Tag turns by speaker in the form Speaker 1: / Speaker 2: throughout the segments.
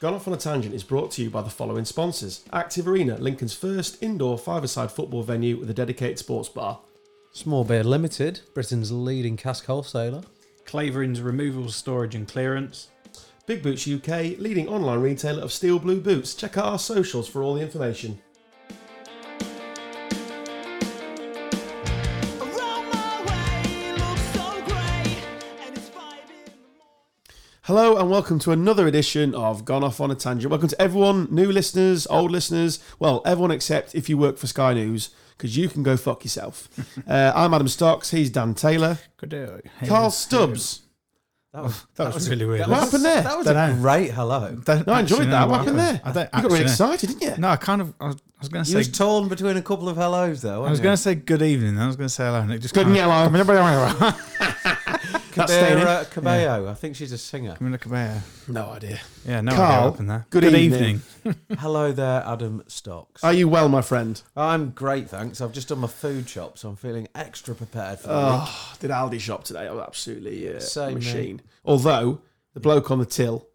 Speaker 1: Gone Off on a Tangent is brought to you by the following sponsors Active Arena, Lincoln's first indoor five a side football venue with a dedicated sports bar.
Speaker 2: Small Beer Limited, Britain's leading cask wholesaler.
Speaker 3: Clavering's removal, storage, and clearance.
Speaker 1: Big Boots UK, leading online retailer of steel blue boots. Check out our socials for all the information. Hello and welcome to another edition of Gone Off on a Tangent. Welcome to everyone, new listeners, old listeners, well, everyone except if you work for Sky News, because you can go fuck yourself. uh, I'm Adam Stocks, he's Dan Taylor,
Speaker 3: Good day.
Speaker 1: Carl Stubbs.
Speaker 2: That was,
Speaker 3: That was really weird.
Speaker 1: What happened there?
Speaker 2: that was
Speaker 4: Dunno.
Speaker 2: a great hello.
Speaker 1: no, I enjoyed that. What happened there?
Speaker 4: I don't
Speaker 1: you got really
Speaker 4: actually know.
Speaker 1: excited, didn't you?
Speaker 4: No, I kind of. I was, I was going to
Speaker 2: You
Speaker 4: say.
Speaker 2: was torn between a couple of hellos there.
Speaker 4: I was going to say good evening. Then I was going to say hello, and it just
Speaker 1: Good
Speaker 4: kind of-
Speaker 1: yellow.
Speaker 4: I mean, everybody- I
Speaker 1: That's staying in.
Speaker 2: Cabera uh, Cabello. I think she's a singer.
Speaker 4: mean, look about here.
Speaker 1: No idea.
Speaker 4: Yeah, no idea
Speaker 1: Carl,
Speaker 4: what happened there.
Speaker 1: good evening.
Speaker 2: hello there, Adam Stocks.
Speaker 1: Are you well, my friend?
Speaker 2: I'm great, thanks. I've just done my food shop, so I'm feeling extra prepared for the week.
Speaker 1: Oh, did Aldi shop today? I was absolutely uh,
Speaker 2: Same,
Speaker 1: machine. Although the bloke on the till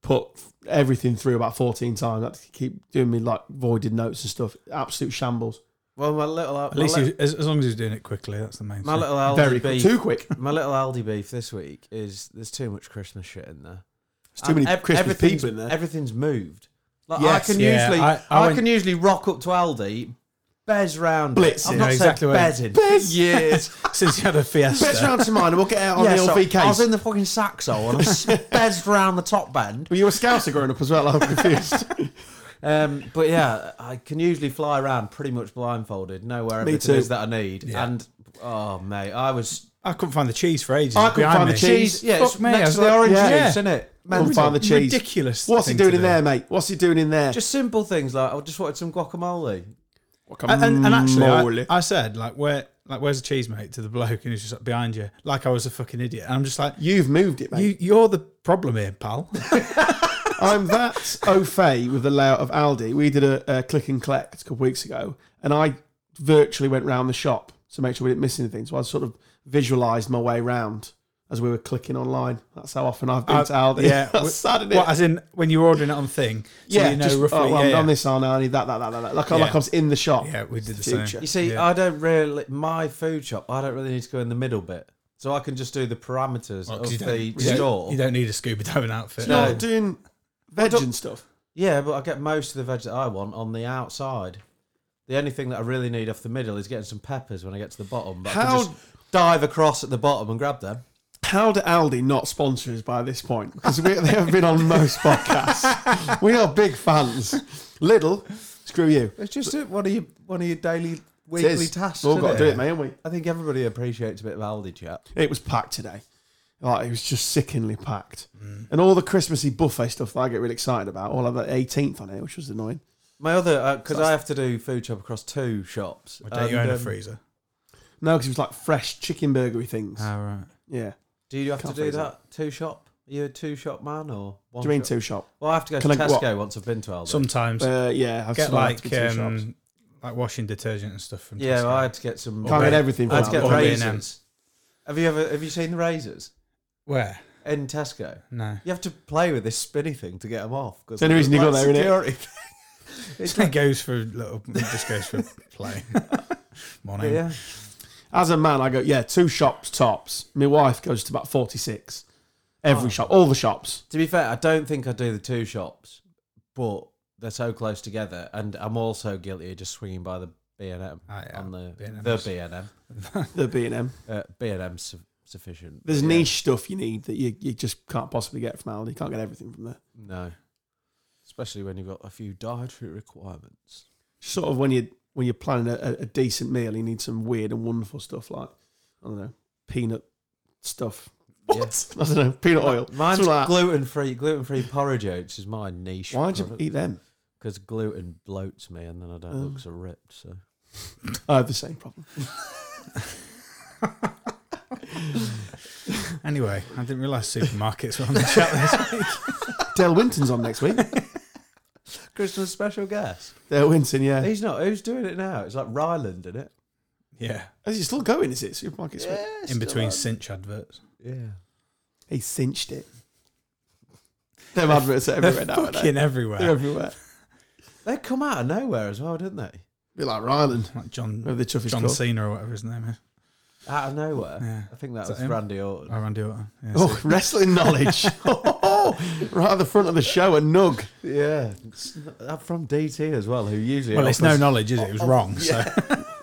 Speaker 1: put everything through about fourteen times. Had to keep doing me like voided notes and stuff. Absolute shambles.
Speaker 2: Well, my little Al-
Speaker 4: At
Speaker 2: my,
Speaker 4: least
Speaker 2: li-
Speaker 4: he, as, as long as he's doing it quickly, that's the main
Speaker 2: my
Speaker 4: thing.
Speaker 2: little Aldi
Speaker 1: Very quick.
Speaker 2: beef.
Speaker 1: too quick.
Speaker 2: My little Aldi beef this week is there's too much Christmas shit in there.
Speaker 1: There's too many
Speaker 2: And ev-
Speaker 1: Christmas
Speaker 2: everything's-
Speaker 1: people in there.
Speaker 2: Everything's moved. Like
Speaker 1: Yes.
Speaker 2: I can
Speaker 4: Yeah,
Speaker 2: usually, I,
Speaker 4: I- I went-
Speaker 2: can usually rock up to Aldi, bez round, it.
Speaker 1: Blitz
Speaker 2: I've
Speaker 1: it.
Speaker 2: not
Speaker 4: Yeah,
Speaker 2: exactly
Speaker 4: exactly
Speaker 2: said
Speaker 4: what I-
Speaker 2: bez in.
Speaker 1: Bez.
Speaker 2: years.
Speaker 4: Since you had a
Speaker 1: Best
Speaker 4: fiesta,
Speaker 1: round to mine, and we'll get out on
Speaker 2: yeah,
Speaker 1: the
Speaker 2: so
Speaker 1: LV
Speaker 2: I was
Speaker 1: case.
Speaker 2: in the fucking Saxo and I s- bezzed round the top band.
Speaker 1: Were you a scouser growing up as well? I'm confused.
Speaker 2: Um, but yeah, I can usually fly around pretty much blindfolded, know where
Speaker 1: Me
Speaker 2: everything
Speaker 1: too.
Speaker 2: is that I need. And oh mate, I was
Speaker 4: I couldn't find the cheese for ages.
Speaker 1: I couldn't find
Speaker 4: behind
Speaker 1: the
Speaker 4: me.
Speaker 1: cheese. Jeez,
Speaker 2: yeah,
Speaker 4: fuck
Speaker 2: it's
Speaker 4: me, I
Speaker 2: next
Speaker 4: was
Speaker 2: to the
Speaker 4: like,
Speaker 2: orange
Speaker 4: yeah.
Speaker 2: juice, isn't it?
Speaker 1: Couldn't find the cheese.
Speaker 4: Ridiculous.
Speaker 1: What's he
Speaker 4: thing
Speaker 1: doing
Speaker 4: to
Speaker 1: in
Speaker 4: do.
Speaker 1: there, mate? What's he doing in there?
Speaker 2: Just simple things like I just wanted some guacamole.
Speaker 4: And, and, and actually,
Speaker 1: Morally.
Speaker 4: I, I said like, where, like, where's the cheese, mate? To the bloke, and he's just like, behind you, like I was a fucking idiot. And I'm just like,
Speaker 1: You've moved it, mate.
Speaker 4: you, you're the problem here, pal.
Speaker 1: I'm that au fait with the layout of Aldi. We did a, a click and collect a couple of weeks ago, and I virtually went round the shop to make sure we didn't miss anything. So I sort of visualised my way round as we were clicking online. That's how often I've been
Speaker 4: Uh,
Speaker 1: to Aldi.
Speaker 4: Yeah,
Speaker 1: that's sad, isn't it?
Speaker 4: What, as in when you're ordering it on thing, so
Speaker 1: yeah,
Speaker 4: you know
Speaker 1: just,
Speaker 4: roughly.
Speaker 1: oh, well,
Speaker 4: yeah,
Speaker 1: I'm on
Speaker 4: yeah.
Speaker 1: this aisle now. I need that, that, that, that. that. Like,
Speaker 4: Yeah.
Speaker 1: like I was in the shop.
Speaker 4: Yeah, we did the
Speaker 1: Future.
Speaker 4: same.
Speaker 2: You see,
Speaker 4: Yeah.
Speaker 2: I don't really my food shop. I don't really need to go in the middle bit, so I can just do the parameters
Speaker 4: Well, Oh, 'cause
Speaker 2: of
Speaker 4: you
Speaker 2: the
Speaker 4: you
Speaker 2: store.
Speaker 4: you don't need a scuba diving outfit.
Speaker 1: You're
Speaker 2: No.
Speaker 1: not doing veg and stuff.
Speaker 2: Yeah, but I get most of the veg that I want on the outside. The only thing that I really need off the middle is getting some peppers when I get to the bottom. But I
Speaker 1: How-
Speaker 2: can just dive across at the bottom and grab them.
Speaker 1: How do Aldi not sponsor us by this point? Because we they have been on most podcasts. We are big fans. Little, screw you.
Speaker 2: It's just one of your one of your daily
Speaker 1: It
Speaker 2: weekly
Speaker 1: is.
Speaker 2: tasks.
Speaker 1: We've all got
Speaker 2: isn't
Speaker 1: to do
Speaker 2: it?
Speaker 1: it, mate, haven't we?
Speaker 2: I think everybody appreciates a bit of Aldi chat.
Speaker 1: It was packed today. Like it was just sickeningly packed, and all the Christmassy buffet stuff that I get really excited about. All of the 18th on it, which was annoying.
Speaker 2: My other because I have to do food shop across two shops.
Speaker 4: Or don't you own
Speaker 2: and,
Speaker 4: a
Speaker 2: um,
Speaker 4: freezer?
Speaker 1: No, because it was like fresh chicken burgery things.
Speaker 4: right.
Speaker 1: yeah.
Speaker 2: Do you have
Speaker 1: Can't
Speaker 2: to do
Speaker 1: freeze it.
Speaker 2: that two shop? Are you a two shop man or one?
Speaker 1: Do you mean
Speaker 2: shop?
Speaker 1: two shop?
Speaker 2: Well, I have to go
Speaker 1: Can I-
Speaker 2: to
Speaker 1: what?
Speaker 2: Tesco once I've been to Aldi.
Speaker 4: Sometimes
Speaker 1: Uh, yeah. I've
Speaker 4: get
Speaker 1: sort of had to
Speaker 4: like
Speaker 1: be two shops.
Speaker 4: um, like washing detergent and stuff from.
Speaker 2: yeah,
Speaker 4: Tesco.
Speaker 2: well, I had to get some.
Speaker 1: can't
Speaker 4: or
Speaker 1: get
Speaker 4: Ben-
Speaker 1: everything.
Speaker 2: I had to
Speaker 1: from
Speaker 2: get
Speaker 1: Aldi.
Speaker 4: Or Ben-
Speaker 2: razors. Have you ever have you seen the razors
Speaker 4: Where?
Speaker 2: in Tesco?
Speaker 4: No.
Speaker 2: You have to play with this spinny thing to get them off. Because
Speaker 1: It's the only reason you got there, innit?
Speaker 2: it's
Speaker 4: It
Speaker 2: like,
Speaker 4: goes for a little. It just goes for play. Morning.
Speaker 2: yeah.
Speaker 1: As a man, I go yeah, two shops tops. My wife goes to about 46. Every shop, all the shops.
Speaker 2: To be fair, I don't think I do the two shops, but they're so close together, and I'm also guilty of just swinging by the B and M
Speaker 4: Ah, yeah,
Speaker 2: on the
Speaker 4: B&M.
Speaker 2: the B and M. Uh,
Speaker 1: The B and M.
Speaker 2: B and M's sufficient.
Speaker 1: There's
Speaker 2: Yeah.
Speaker 1: niche stuff you need that you, you just can't possibly get from Aldi. You can't get everything from there.
Speaker 2: No. Especially when you've got a few dietary requirements.
Speaker 1: sort of when you when you're planning a, a- a decent meal, you need some weird and wonderful stuff like I don't know peanut stuff. What? I don't know peanut oil.
Speaker 2: Mine's
Speaker 1: Something like that.
Speaker 2: gluten free. Gluten free porridge oats is my niche.
Speaker 1: Why'd you eat Oh. them?
Speaker 2: Because gluten bloats me, and then I don't look so ripped. So
Speaker 1: I have the same problem.
Speaker 4: Anyway, I didn't realise supermarkets were on the chat list.
Speaker 1: Dale Winton's on next week.
Speaker 2: Christmas special guest.
Speaker 1: Dale Winton, yeah.
Speaker 2: He's not. Who's doing it now? It's like Ryland, isn't it?
Speaker 4: Yeah.
Speaker 1: Is he still going? Is it supermarket? Yeah.
Speaker 4: In between cinch adverts.
Speaker 2: Yeah.
Speaker 1: He cinched it. Them adverts are everywhere now. aren't they?
Speaker 4: Fucking everywhere.
Speaker 1: They're everywhere.
Speaker 2: They come out of nowhere as well, didn't they?
Speaker 1: Be like Ryland.
Speaker 4: Like John
Speaker 1: Whatever the chuff is
Speaker 4: John
Speaker 1: called.
Speaker 4: Cena or whatever his name is.
Speaker 2: Out of nowhere.
Speaker 4: Yeah.
Speaker 2: I think that
Speaker 4: Is that
Speaker 2: was
Speaker 4: him?
Speaker 2: Randy Orton.
Speaker 4: Oh, Randy Orton. Yeah, so-
Speaker 1: Oh, wrestling knowledge. right at the front of the show, a nug.
Speaker 2: Yeah, It's not- uh, from DT as well, who usually.
Speaker 4: well, it's no
Speaker 2: offers-
Speaker 4: knowledge, is it? It
Speaker 1: Oh,
Speaker 4: was wrong. So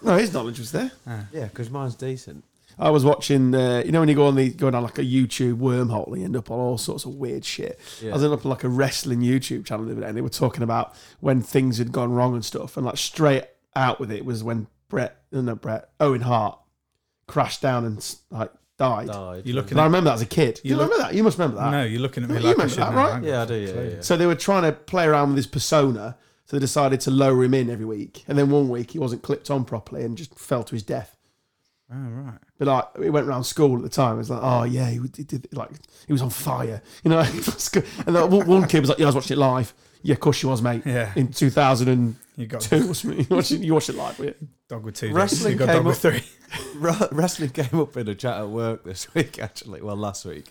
Speaker 1: No, his knowledge was there.
Speaker 2: Yeah, because mine's decent.
Speaker 1: I was watching, uh, you know, when you go on the going on like a YouTube wormhole, and you end up on all sorts of weird shit.
Speaker 2: Yeah.
Speaker 1: I was ending up on like a wrestling YouTube channel the other day, and they were talking about when things had gone wrong and stuff, and like straight out with it was when Brett, uh, no, not Brett, Owen Hart crashed down and like died.
Speaker 2: Died.
Speaker 4: you look
Speaker 1: And I
Speaker 4: at
Speaker 1: remember that as a kid. You,
Speaker 4: You look-
Speaker 1: remember that? You must remember that.
Speaker 4: no, you're looking at me
Speaker 1: You
Speaker 4: like I
Speaker 1: remember
Speaker 4: should
Speaker 1: that,
Speaker 4: know.
Speaker 1: right?
Speaker 4: I ain't
Speaker 2: Yeah, I
Speaker 4: got
Speaker 2: do.
Speaker 4: a
Speaker 2: Yeah,
Speaker 4: clue.
Speaker 2: yeah.
Speaker 1: So they were trying to play around with his persona. So they decided to lower him in every week, and then one week he wasn't clipped on properly and just fell to his death.
Speaker 4: Oh, right.
Speaker 1: But like it went around school at the time. It was like, oh yeah, he, did- he did like he was on fire, you know. It was good. and then one one kid was like, yeah, I was watching it live. Yeah, of course you was, mate.
Speaker 4: Yeah.
Speaker 1: In 2002
Speaker 4: You got
Speaker 1: or something. You watched it, you watched it live, were you?
Speaker 4: dog with
Speaker 2: Wrestling
Speaker 4: two. Wrestling you got
Speaker 2: came
Speaker 4: dog with
Speaker 2: up-
Speaker 4: three.
Speaker 2: Ra- Wrestling came up in a chat at work this week, actually. Well, last week.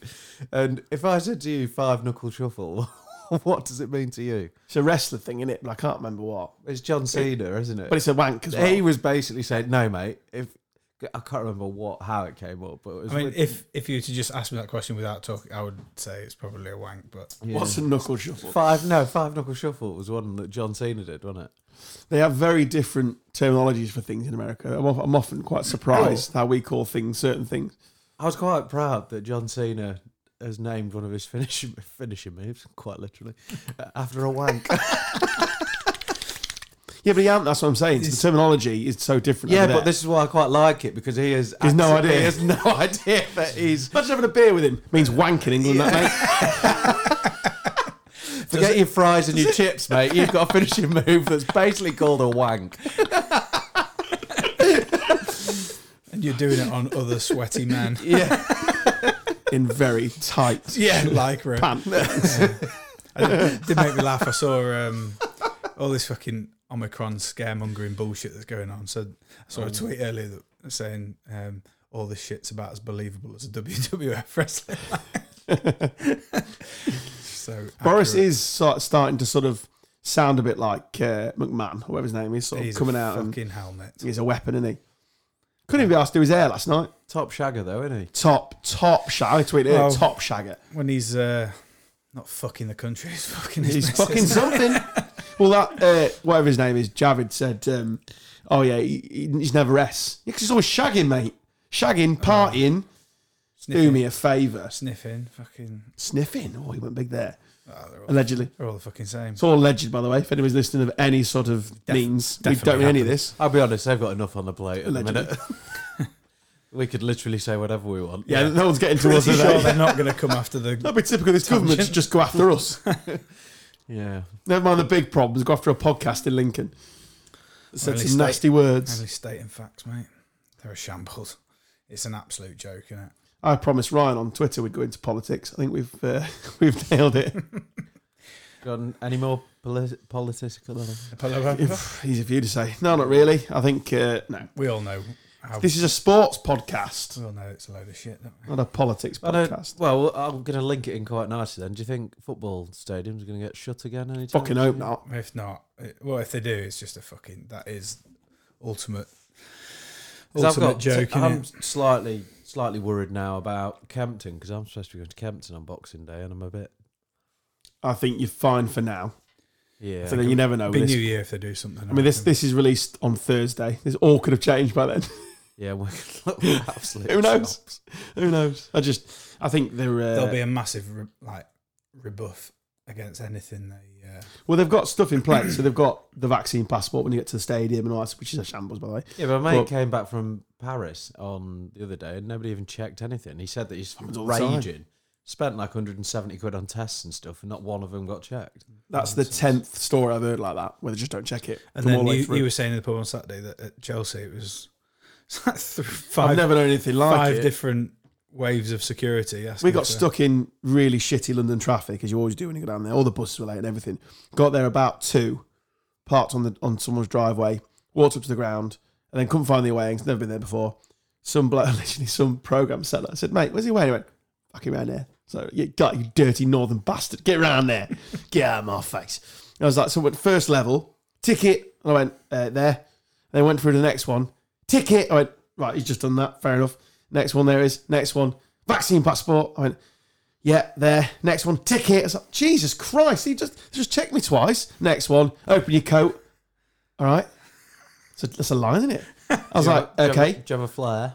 Speaker 2: And if I said to you five knuckle shuffle, what does it mean to you?
Speaker 1: It's a wrestler thing, is it? But I can't remember what.
Speaker 2: It's John Cena, isn't it?
Speaker 1: But it's a wank as well.
Speaker 2: he was basically saying, "No, mate. If I can't remember what how it came up, but it was
Speaker 4: I mean,
Speaker 2: with-
Speaker 4: if if you were to just ask me that question without talking, I would say it's probably a wank. But
Speaker 2: yeah.
Speaker 1: What's a knuckle shuffle?
Speaker 2: five? No, five knuckle shuffle was one that John Cena did, wasn't it?
Speaker 1: They have very different terminologies for things in America. I'm, of- I'm often quite surprised how we call things certain things.
Speaker 2: I was quite proud that John Cena has named one of his finishing finishing moves, quite literally, uh, after a wank.
Speaker 1: Yeah, but he hasn't. That's what I'm saying. So the terminology is so different.
Speaker 2: yeah,
Speaker 1: over
Speaker 2: but
Speaker 1: there.
Speaker 2: this is why I quite like it because he has
Speaker 1: He's no idea.
Speaker 2: He has no idea that he's.
Speaker 1: Imagine having a beer with him means wanking England, that mate.
Speaker 2: Forget your fries and your chips, mate. You've got a finishing move that's basically called a wank.
Speaker 4: and you're doing it on other sweaty men.
Speaker 2: Yeah,
Speaker 1: in very tight
Speaker 4: yeah, lycra.
Speaker 1: pants.
Speaker 4: It did make me laugh. I saw um, all this fucking Omicron scaremongering bullshit that's going on. So I saw
Speaker 1: Oh.
Speaker 4: a tweet earlier that saying um, all this shit's about as believable as a WWF wrestling. line. so
Speaker 1: Boris
Speaker 4: accurate.
Speaker 1: is sort starting to sort of sound a bit like uh, McMahon, whoever his name is, sort of
Speaker 4: He's a
Speaker 1: coming out and
Speaker 4: fucking helmet.
Speaker 1: he's a weapon, isn't he? Couldn't even be asked to do his hair last night.
Speaker 2: top shagger though, isn't he?
Speaker 1: Top, top shagger. I tweeted it,
Speaker 4: Well,
Speaker 1: top shagger.
Speaker 4: When he's uh, not fucking the country, he's fucking. his
Speaker 1: He's
Speaker 4: missus.
Speaker 1: fucking something. Well, that, uh, whatever his name is, Javid said, um, oh yeah, he, he- he's never S. Yeah, 'cause he's always shagging, mate. Shagging, partying, do
Speaker 4: Oh, sniffing,
Speaker 1: me a favour.
Speaker 4: sniffing, fucking.
Speaker 1: Sniffing. Oh, he went big there.
Speaker 4: Oh, they're, all,
Speaker 1: Allegedly.
Speaker 4: they're all the fucking same.
Speaker 1: It's all alleged, by the way. If anyone's listening of any sort of
Speaker 4: Def-
Speaker 1: means, we don't
Speaker 4: definitely
Speaker 1: mean any of
Speaker 4: happened.
Speaker 1: this.
Speaker 2: I'll be honest, they've got enough on the plate at the
Speaker 1: Allegedly.
Speaker 2: minute. we could literally say whatever we want.
Speaker 1: Yeah, no one's getting to us.
Speaker 4: Pretty
Speaker 1: are
Speaker 4: sure
Speaker 1: they?
Speaker 4: they're not going to come after the.
Speaker 1: That'd be typical. This government
Speaker 4: Tangent.
Speaker 1: just go after us.
Speaker 2: yeah.
Speaker 1: Never mind the big problems. Go after a podcast in Lincoln. That said
Speaker 4: Well,
Speaker 1: some
Speaker 4: it's like-
Speaker 1: nasty words.
Speaker 4: Only stating facts, mate. They're a shambles. It's an absolute joke, isn't it?
Speaker 1: I promised Ryan on Twitter we'd go into politics. I think we've uh, we've nailed it.
Speaker 2: Got any more politi- political?
Speaker 1: If, easy for you to say. No, not really. I think uh, no.
Speaker 4: We all know how.
Speaker 1: This is a sports podcast,
Speaker 4: we all know it's a load of shit. Don't we?
Speaker 1: not a politics
Speaker 2: I
Speaker 1: podcast.
Speaker 2: well, I'm going to link it in quite nicely then. Do you think football stadiums are going to get shut again anytime
Speaker 1: Fucking hope not.
Speaker 4: If not, it, well, if they do, it's just a fucking. That is ultimate.
Speaker 2: 'Cause I've
Speaker 4: Ultimate
Speaker 2: got-
Speaker 4: joke, innit?
Speaker 2: I'm slightly, slightly worried now about Kempton because I'm supposed to be going to Kempton on Boxing Day and I'm a bit.
Speaker 1: I think you're fine for now.
Speaker 2: Yeah.
Speaker 1: so then you never know.
Speaker 4: Be
Speaker 1: This-
Speaker 4: New Year if they do something.
Speaker 1: I mean, this
Speaker 4: reckon.
Speaker 1: this is released on Thursday. This all could have changed by then.
Speaker 2: yeah, we're look, we're absolute
Speaker 1: Who knows?
Speaker 2: chops.
Speaker 1: Who knows? I just, I think they're. Uh,
Speaker 4: there'll be a massive re- like rebuff against anything they. Uh,
Speaker 1: well, they've got stuff in place. so they've got the vaccine passport when you get to the stadium and all that, which is a shambles, by the way.
Speaker 2: Yeah, but my mate
Speaker 1: Well-
Speaker 2: came back from Paris on the other day and nobody even checked anything. He said that he's
Speaker 1: Happens all the time.
Speaker 2: raging. Spent like 170 quid on tests and stuff, and not one of them got checked.
Speaker 1: That's the tenth story I've heard like that, where they just don't check it.
Speaker 4: and
Speaker 1: from all
Speaker 4: then
Speaker 1: the way
Speaker 4: you,
Speaker 1: through.
Speaker 4: you were saying in the pub on Saturday that at Chelsea it was it's like th-
Speaker 1: I've
Speaker 4: five
Speaker 1: never known anything like
Speaker 4: five
Speaker 1: it.
Speaker 4: different waves of security.
Speaker 1: we
Speaker 4: asking
Speaker 1: got
Speaker 4: for-
Speaker 1: stuck in really shitty London traffic, as you always do when you go down there. All the buses were late and everything. Got there about two, parked on the on someone's driveway, walked up to the ground, and then couldn't find the away ends. Never been there before. Some bloke, literally some program seller, said, "Mate, where's the away?" end?" I went, "Fucking round here." So you got you dirty northern bastard, get round there, get out of my face. And I was like, so went first level, ticket, and I went uh, there. They went through to the next one, ticket. I went right, he's just done that, fair enough. Next one there is, next one, vaccine passport. I went, yeah, there. Next one, ticket. I was like, Jesus Christ, he just just checked me twice. Next one, open your coat. All right, so that's a line, isn't it? I was like,
Speaker 2: Do you have a-
Speaker 1: okay,
Speaker 2: Do you have a flare?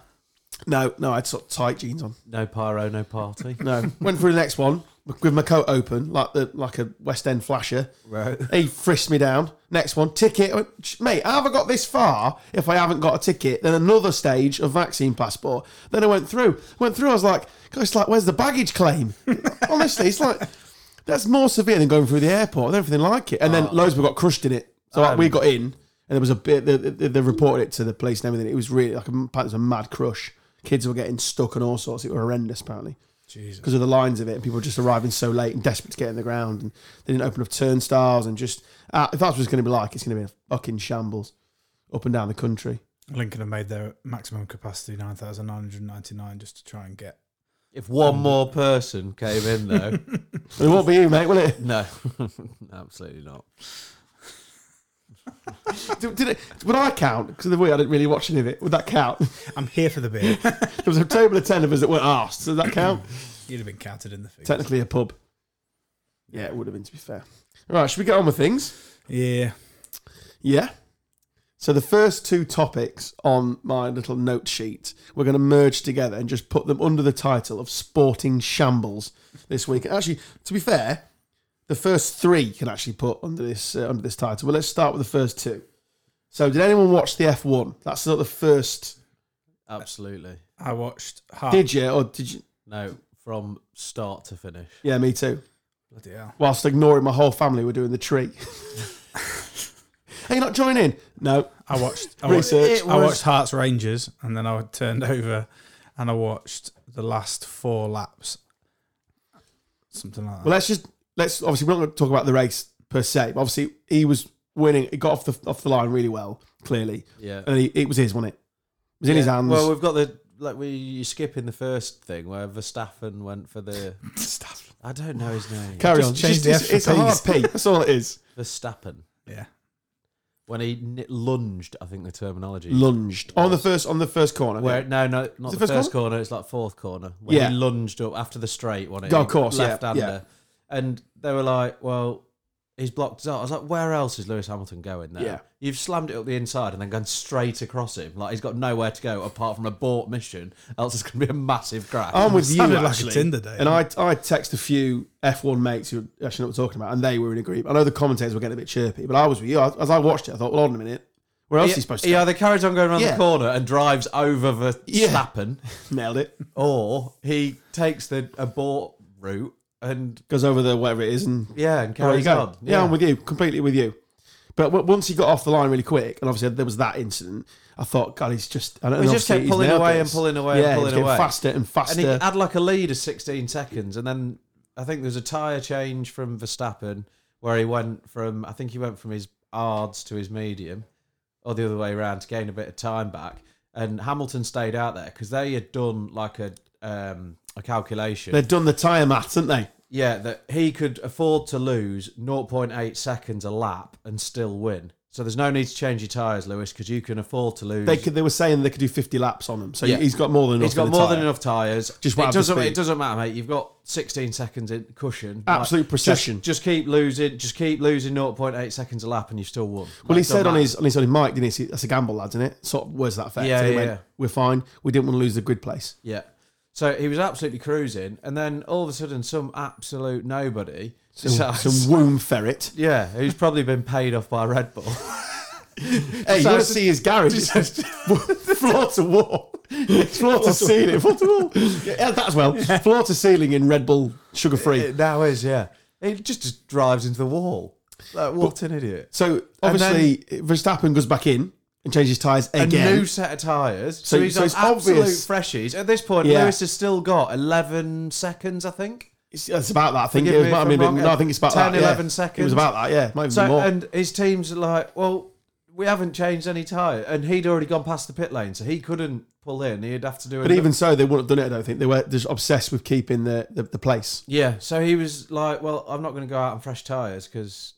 Speaker 1: no, no, I had sort of tight jeans on.
Speaker 2: No pyro, no party.
Speaker 1: No, went through the next one with my coat open, like the like a West End flasher.
Speaker 2: right.
Speaker 1: He frisked me down. Next one, ticket. I went, "Sh- Mate, I haven't got this far if I haven't got a ticket. Then another stage of vaccine passport. Then I went through. Went through, I was like, God, it's like, where's the baggage claim? Honestly, it's like, that's more severe than going through the airport. I don't think they like it. And then loads of people got crushed in it. So like, we got in, and there was a bit, they, they, they reported it to the police and everything. It was really like a, it was a mad crush. Kids were getting stuck and all sorts. It was horrendous, apparently
Speaker 4: Jesus.
Speaker 1: because of the lines of it, and people were just arriving so late and desperate to get in the ground, and they didn't open up turnstiles, and just uh, if that's what it's going to be like, it's going to be a fucking shambles up and down the country.
Speaker 4: Lincoln have made their maximum capacity 9,999 just to try and get.
Speaker 2: If one
Speaker 1: Um,
Speaker 2: more person came in, though,
Speaker 1: And it won't be you, mate, will it?
Speaker 2: no, absolutely not.
Speaker 1: Did, did it would I count? Because of the way I didn't really watch any of it. Would that count? there
Speaker 4: I'm here for the beer.
Speaker 1: was a table of ten of us that weren't asked. Does that count?
Speaker 4: You'd have been counted in the figures.
Speaker 1: Technically a pub. Yeah, it would have been to be fair. Right, should we get on with things?
Speaker 4: Yeah.
Speaker 1: Yeah. So the first two topics on my little note sheet, we're going to merge together and just put them under the title of sporting shambles this week. Actually, to be fair, the first three you can actually put under this uh, under this title. But let's start with the first two. So, did anyone watch the F one? That's not the first.
Speaker 2: Absolutely.
Speaker 4: I watched half.
Speaker 1: Did you or did you?
Speaker 2: No, from start to finish.
Speaker 1: Yeah, me too.
Speaker 4: Bloody hell.
Speaker 1: Whilst ignoring my whole family, we're doing the tree. Are you not joining? No.
Speaker 4: I watched. I watched,
Speaker 1: Research.
Speaker 4: I watched Hearts Rangers and then I turned over and I watched the last four laps. Something like that.
Speaker 1: Well, let's just let's obviously we're not going to talk about the race per se. But obviously, he was winning. He got off the off the line really well, clearly,
Speaker 2: Yeah.
Speaker 1: and he, it was his, wasn't it? It was in his
Speaker 2: Yeah,
Speaker 1: hands.
Speaker 2: Well, we've got the like we you skip in the first thing where Verstappen went for the
Speaker 4: Stuff.
Speaker 2: I don't know his name.
Speaker 1: Carry
Speaker 4: Just
Speaker 1: on.
Speaker 4: change the
Speaker 1: it's,
Speaker 4: F for
Speaker 1: it's a hard P. That's all it is.
Speaker 2: Verstappen
Speaker 4: Yeah.
Speaker 2: when he ni- lunged. I think the terminology.
Speaker 1: Lunged on the first on the first corner.
Speaker 2: Where no no not
Speaker 1: Is
Speaker 2: the
Speaker 1: it
Speaker 2: first,
Speaker 1: first
Speaker 2: corner? It's like fourth corner. Where
Speaker 1: Yeah.
Speaker 2: he lunged up after the straight one.
Speaker 1: Oh, of course, yeah,
Speaker 2: left hander, and they were like, well. He's blocked us out. I was like, where else is Lewis Hamilton going there?
Speaker 1: Yeah.
Speaker 2: You've slammed it up the inside and then gone straight across him. Like, he's got nowhere to go apart from abort mission, else it's going to be a massive crash.
Speaker 1: I'm with you
Speaker 4: Sounded like a
Speaker 1: actually.
Speaker 4: Tinder date.
Speaker 1: And I I text a few F1 mates who actually know what we're talking about, and they were in agreement. I know the commentators were getting a bit chirpy, but I was with you. I- As I watched it, I thought, well, hold on a minute. Where else is
Speaker 2: he,
Speaker 1: he supposed to?
Speaker 2: he
Speaker 1: go?
Speaker 2: either carries on going around
Speaker 1: Yeah.
Speaker 2: the corner and drives over Verstappen,
Speaker 1: Yeah. Nailed it.
Speaker 2: or he takes the abort route and
Speaker 1: Goes over the whatever it is and
Speaker 2: yeah, and
Speaker 1: There you
Speaker 2: carries
Speaker 1: go.
Speaker 2: on.
Speaker 1: Yeah. I'm with you, completely with you. But w- once he got off the line really quick, and obviously there was that incident, I thought, God, he's just. I don't
Speaker 2: He
Speaker 1: know,
Speaker 2: just
Speaker 1: obviously
Speaker 2: kept
Speaker 1: he's
Speaker 2: pulling
Speaker 1: nailed
Speaker 2: away
Speaker 1: this.
Speaker 2: and pulling away and
Speaker 1: yeah, he was
Speaker 2: pulling
Speaker 1: getting
Speaker 2: away.
Speaker 1: faster and
Speaker 2: and
Speaker 1: faster.
Speaker 2: he had like a lead of 16 seconds, and then I think there was a tire change from Verstappen where he went from I think he went from his ards to his medium, or the other way around to gain a bit of time back. And Hamilton stayed out there because they had done like a um, a calculation.
Speaker 1: They'd done the tyre maths, hadn't they?
Speaker 2: Yeah, that he could afford to lose 0.8 seconds a lap and still win. So there's no need to change your tyres, Lewis, because you can afford to lose.
Speaker 1: They could, they were saying they could do 50 laps on him, so
Speaker 2: Yeah.
Speaker 1: he's got more than enough.
Speaker 2: He's got
Speaker 1: in the
Speaker 2: more
Speaker 1: tyre.
Speaker 2: than enough tyres.
Speaker 1: Just
Speaker 2: it
Speaker 1: whatever the
Speaker 2: doesn't.
Speaker 1: speed.
Speaker 2: It doesn't matter, mate. You've got 16 seconds in cushion.
Speaker 1: Absolute
Speaker 2: just-
Speaker 1: precision.
Speaker 2: Just, keep losing. Just keep losing 0.8 seconds a lap, and you've still won.
Speaker 1: Well,
Speaker 2: Like,
Speaker 1: he
Speaker 2: it doesn't
Speaker 1: said on
Speaker 2: matter.
Speaker 1: his on his on his mic, didn't he? That's a gamble, lads, isn't it? Sort of words to that effect.
Speaker 2: Yeah,
Speaker 1: And he
Speaker 2: yeah,
Speaker 1: went,
Speaker 2: yeah.
Speaker 1: We're fine. We didn't want to lose the grid place.
Speaker 2: Yeah. So he was absolutely cruising, and then all of a sudden, some absolute nobody.
Speaker 1: Some,
Speaker 2: decides-
Speaker 1: some womb ferret.
Speaker 2: yeah, who's probably been paid off by Red Bull.
Speaker 1: Hey, you want to
Speaker 2: Decides-
Speaker 1: see his garage? It's just floor to wall, floor to ceiling, floor to wall. Yeah, that as well. Floor to ceiling in Red Bull, sugar free.
Speaker 2: It now is, yeah. He just, just drives into the wall. Like, what an idiot.
Speaker 1: So obviously Verstappen goes back in and changes tyres
Speaker 2: A
Speaker 1: again.
Speaker 2: new set of tyres.
Speaker 1: So-
Speaker 2: So, he's
Speaker 1: so
Speaker 2: on
Speaker 1: it's
Speaker 2: absolute
Speaker 1: obvious.
Speaker 2: freshies. At this point,
Speaker 1: Yeah.
Speaker 2: Lewis has still got 11 seconds, I think.
Speaker 1: It's, it's about that. I think
Speaker 2: Forgive
Speaker 1: it was
Speaker 2: me
Speaker 1: about,
Speaker 2: if
Speaker 1: I mean,
Speaker 2: I'm wrong.
Speaker 1: no, I think it's about
Speaker 2: 10,
Speaker 1: that, yeah.
Speaker 2: 11
Speaker 1: It was
Speaker 2: seconds.
Speaker 1: about that. Yeah, might even be
Speaker 2: So
Speaker 1: more.
Speaker 2: And his team's are like, well, we haven't changed any tyre, and he'd already gone past the pit lane, so he couldn't pull in. He'd have to do.
Speaker 1: But
Speaker 2: another-
Speaker 1: even so, they wouldn't have done it. I don't think they were just obsessed with keeping the the, the place.
Speaker 2: yeah, so he was like, "Well, I'm not going to go out on fresh tyres because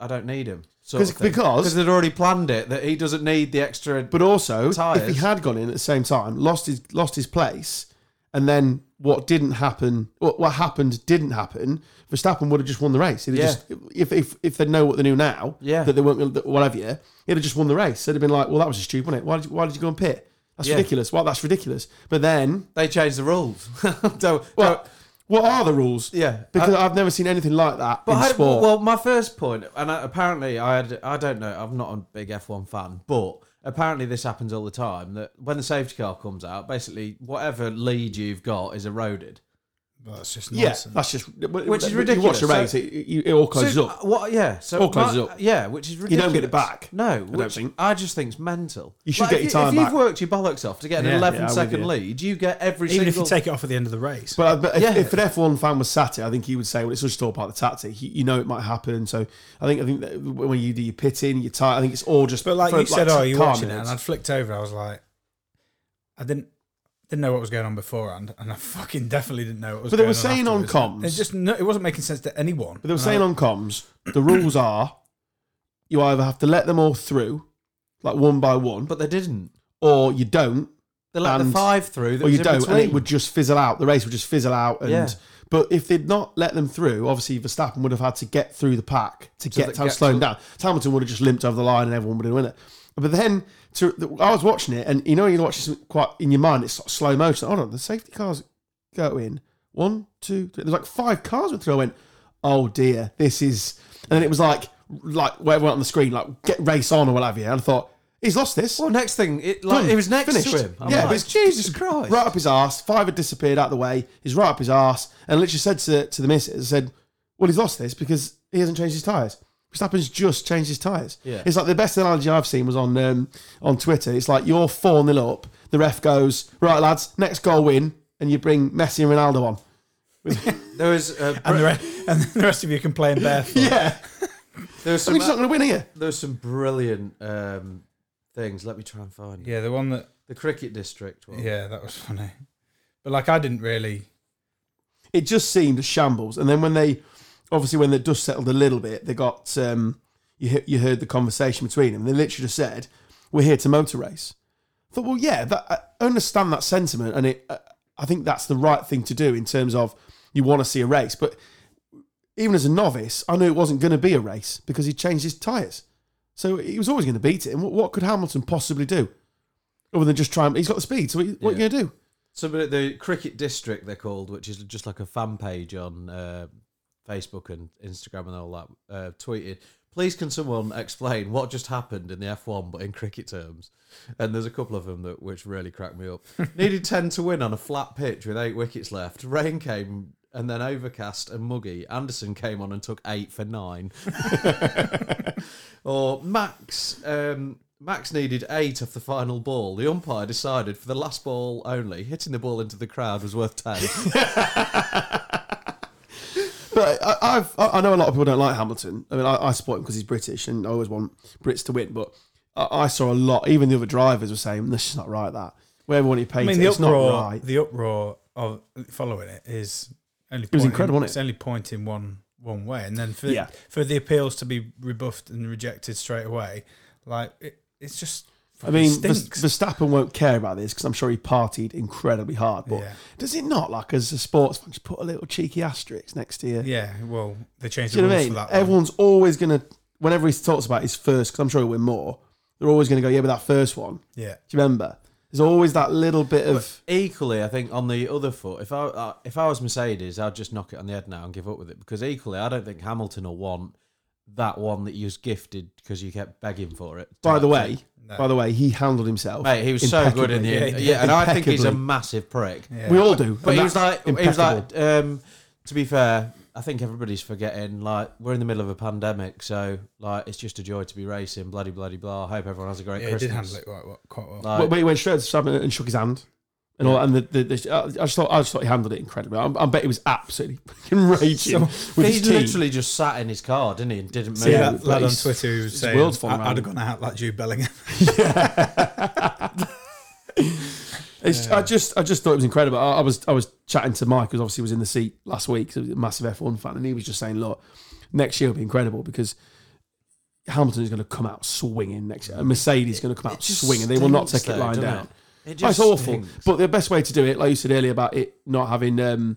Speaker 2: I don't need them." Sort of
Speaker 1: Because
Speaker 2: thing. because
Speaker 1: because.
Speaker 2: they'd already planned it that he doesn't need the extra.
Speaker 1: But also, if he
Speaker 2: Tyres.
Speaker 1: had gone in at the same time, lost his lost his place, and then what didn't happen, what, what happened didn't happen, Verstappen would have just won the race. He'd have
Speaker 2: Yeah.
Speaker 1: just, if, if if they know what they knew now,
Speaker 2: Yeah.
Speaker 1: that they weren't gonna- that whatever, yeah, he'd have just won the race. They'd have been like, well, that was just stupid, wasn't it? Why did you, why did you go and pit? That's
Speaker 2: Yeah.
Speaker 1: ridiculous. Well, that's ridiculous. But then,
Speaker 2: They changed the rules. don't,
Speaker 1: well,
Speaker 2: don't-
Speaker 1: what are the rules?
Speaker 2: yeah, Uh,
Speaker 1: Because I've never seen anything like that in
Speaker 2: I,
Speaker 1: sport.
Speaker 2: Well, my first point, and I, apparently I had, I don't know, I'm not a big F1 fan, but apparently this happens all the time that when the safety car comes out, basically whatever lead you've got is eroded.
Speaker 4: Well, that's just
Speaker 1: yeah,
Speaker 4: nonsense.
Speaker 1: that's just
Speaker 2: Which is
Speaker 1: You watch
Speaker 2: ridiculous.
Speaker 1: the race,
Speaker 2: So-
Speaker 1: it, it, it all closes
Speaker 2: So,
Speaker 1: up.
Speaker 2: uh, What? Yeah. So
Speaker 1: All closes
Speaker 2: my-
Speaker 1: up.
Speaker 2: Yeah, which is ridiculous.
Speaker 1: You don't get it back.
Speaker 2: No, which I,
Speaker 1: think.
Speaker 2: just think's mental.
Speaker 1: You should get
Speaker 2: if
Speaker 1: your
Speaker 2: you-
Speaker 1: time
Speaker 2: If
Speaker 1: back.
Speaker 2: you've worked your bollocks off to get an
Speaker 4: Yeah,
Speaker 1: yeah,
Speaker 2: eleven
Speaker 1: I'm with
Speaker 2: second
Speaker 1: you.
Speaker 2: lead, you get every
Speaker 4: Even if
Speaker 2: single.
Speaker 4: you take it off at the end of the race.
Speaker 1: But, but if,
Speaker 2: Yeah.
Speaker 1: if an F1 fan was sat here, I think he would say, "Well, it's just all part of the tactic. You, you know it might happen." So I think I think that when you do your pitting, your tight, I think it's all just.
Speaker 4: But like
Speaker 1: for,
Speaker 4: you said, oh, you're
Speaker 1: car
Speaker 4: watching it, and
Speaker 1: minutes.
Speaker 4: I flicked over. I was like, I didn't didn't know what was going on beforehand, and I fucking definitely didn't know what was.
Speaker 1: But they
Speaker 4: going
Speaker 1: were saying on
Speaker 4: on afterwards.
Speaker 1: comms-
Speaker 4: It just no, it wasn't making sense to anyone.
Speaker 1: But they were saying on comms, the rules are, you either have to let them all through, like one by one,
Speaker 2: but they didn't.
Speaker 1: or you don't,
Speaker 2: They let the
Speaker 1: And-
Speaker 2: five through. That
Speaker 1: or
Speaker 2: was
Speaker 1: you
Speaker 2: in
Speaker 1: don't,
Speaker 2: Between.
Speaker 1: and it would just fizzle out. The race would just fizzle out. And
Speaker 2: Yeah.
Speaker 1: but if they'd not let them through, obviously Verstappen would have had to get through the pack to
Speaker 2: So
Speaker 1: get
Speaker 2: that
Speaker 1: time
Speaker 2: gets
Speaker 1: slowing
Speaker 2: to-
Speaker 1: down. Hamilton would have just limped over the line, and everyone would have won it. But then, to I was watching it, and you know, you're watching some quite in your mind. It's sort of slow motion. Hold on, the safety cars go in one, two, three. There's like five cars went through. I went, oh dear, this is. And then it was like, like whatever on the screen, like get race on or what have you. And I thought he's lost this.
Speaker 2: Well, next thing, it like
Speaker 1: Done.
Speaker 2: it was next
Speaker 1: Finished.
Speaker 2: to him. I'm
Speaker 1: Yeah,
Speaker 2: like,
Speaker 1: but it's-
Speaker 2: Jesus Christ.
Speaker 1: right up his ass. Five had disappeared out of the way. He's right up his ass, and literally said to, to the missus, "said Well, he's lost this because he hasn't changed his tires. Verstappen's just changed his tires.
Speaker 2: Yeah.
Speaker 1: It's like the best analogy I've seen was on um, on Twitter. It's like you're four 0 up. The ref goes, "Right, lads, next goal win," and you bring Messi and Ronaldo on.
Speaker 2: There was uh,
Speaker 4: And the, re- and the rest of you can play in barefoot.
Speaker 1: Yeah,
Speaker 2: there was
Speaker 1: I
Speaker 2: some
Speaker 1: mean, he's not going to win here.
Speaker 2: There's some brilliant um, things. Let me try and find it.
Speaker 4: yeah, the one that
Speaker 2: the cricket district one.
Speaker 4: yeah, that was funny. But like, I didn't really.
Speaker 1: It just seemed a shambles. And then when they, obviously, when the dust settled a little bit, they got um, you. he- You heard the conversation between them. They literally just said, "We're here to motor race." I thought, well, yeah, that, I understand that sentiment, and it, uh, I think that's the right thing to do in terms of you want to see a race. But even as a novice, I knew it wasn't going to be a race because he changed his tyres, so he was always going to beat it. And what, what could Hamilton possibly do other than just try? And, he's got the speed, so what, what are you
Speaker 2: Yeah.
Speaker 1: going to do?
Speaker 2: So but the cricket district they're called, which is just like a fan page on uh, Facebook and Instagram and all that. Uh, tweeted, please can someone explain what just happened in the F1, but in cricket terms? And there's a couple of them that which really cracked me up. Needed ten to win on a flat pitch with eight wickets left. Rain came. And then overcast and muggy. Anderson came on and took eight for nine. Or Max. Um, Max needed eight off the final ball. The umpire decided for the last ball only, hitting the ball into the crowd was worth ten.
Speaker 1: But I, I've, I I know a lot of people don't like Hamilton. I mean, I, I support him because he's British and I always want Brits to win. But I, I saw a lot, even the other drivers were saying, this is not right, that. Wherever one he
Speaker 4: I
Speaker 1: paints,
Speaker 4: mean,
Speaker 1: it,
Speaker 4: the
Speaker 1: it's not
Speaker 4: uproar,
Speaker 1: right.
Speaker 4: the uproar of following it is only. It
Speaker 1: was incredible, wasn't it?
Speaker 4: It's only pointing one one way, and then for
Speaker 1: Yeah.
Speaker 4: for the appeals to be rebuffed and rejected straight away, like it, it's just.
Speaker 1: I mean, Vers-
Speaker 4: stinks.
Speaker 1: Verstappen won't care about this because I'm sure he partied incredibly hard. But
Speaker 4: Yeah.
Speaker 1: does it not, like, as a sportsman, just put a little cheeky asterisk next to you?
Speaker 4: yeah, well, they changed
Speaker 1: Do
Speaker 4: the
Speaker 1: you know what
Speaker 4: rules
Speaker 1: I
Speaker 4: for
Speaker 1: mean?
Speaker 4: that. one.
Speaker 1: Everyone's always going to, whenever he talks about his first, because I'm sure he'll win more, they're always going to go, yeah, but that first one,
Speaker 4: Yeah.
Speaker 1: do you remember? There's always that little bit of.
Speaker 2: equally, I think on the other foot, if I uh, if I was Mercedes, I'd just knock it on the head now and give up with it because equally, I don't think Hamilton will want that one that you was gifted because you kept begging for it.
Speaker 1: By the way,
Speaker 4: No.
Speaker 1: by the way, he handled himself.
Speaker 2: mate, he was so good in the
Speaker 1: impeccably.
Speaker 4: Yeah, he
Speaker 2: yeah,
Speaker 4: did.
Speaker 2: and I think he's a
Speaker 1: Impeccably.
Speaker 2: massive prick.
Speaker 4: Yeah.
Speaker 1: We all do,
Speaker 2: But
Speaker 1: and
Speaker 2: he was
Speaker 1: that's
Speaker 2: like, he was like,
Speaker 1: impeccable.
Speaker 2: um, to be fair, I think everybody's forgetting. Like, we're in the middle of a pandemic, so like, it's just a joy to be racing. Bloody bloody blah. I hope everyone has a great
Speaker 4: Yeah, he
Speaker 2: Christmas.
Speaker 4: did handle it quite, well- quite well.
Speaker 2: Like,
Speaker 1: But he went straight to Verstappen and shook his hand. and all. And the, the, the I just thought I just thought he handled it incredibly. I, I bet he was absolutely fucking raging with
Speaker 2: he
Speaker 1: his team. uh,
Speaker 2: literally just sat in his car, didn't he, and didn't move.
Speaker 4: See
Speaker 1: Yeah,
Speaker 4: that lad on
Speaker 1: he's-
Speaker 4: Twitter who was
Speaker 1: he's
Speaker 4: saying,
Speaker 1: world's falling
Speaker 4: "I- I'd have
Speaker 1: around.
Speaker 4: gone out like Jude Bellingham.
Speaker 1: It's, I just I just thought it was incredible. I, I was I was chatting to Mike because obviously he was in the seat last week. 'cause he was a massive F one fan, and he was just saying, "Look, next year will be incredible because Hamilton is going to come out swinging next year. Mercedes is going to come out
Speaker 2: It just
Speaker 1: swinging. They will not
Speaker 2: stinks
Speaker 1: take it
Speaker 2: though,
Speaker 1: lying
Speaker 2: doesn't
Speaker 1: down.
Speaker 2: It, It
Speaker 1: Oh,
Speaker 2: just
Speaker 1: it's awful.
Speaker 2: stinks.
Speaker 1: But the best way to do it, like you said earlier about it not having, um,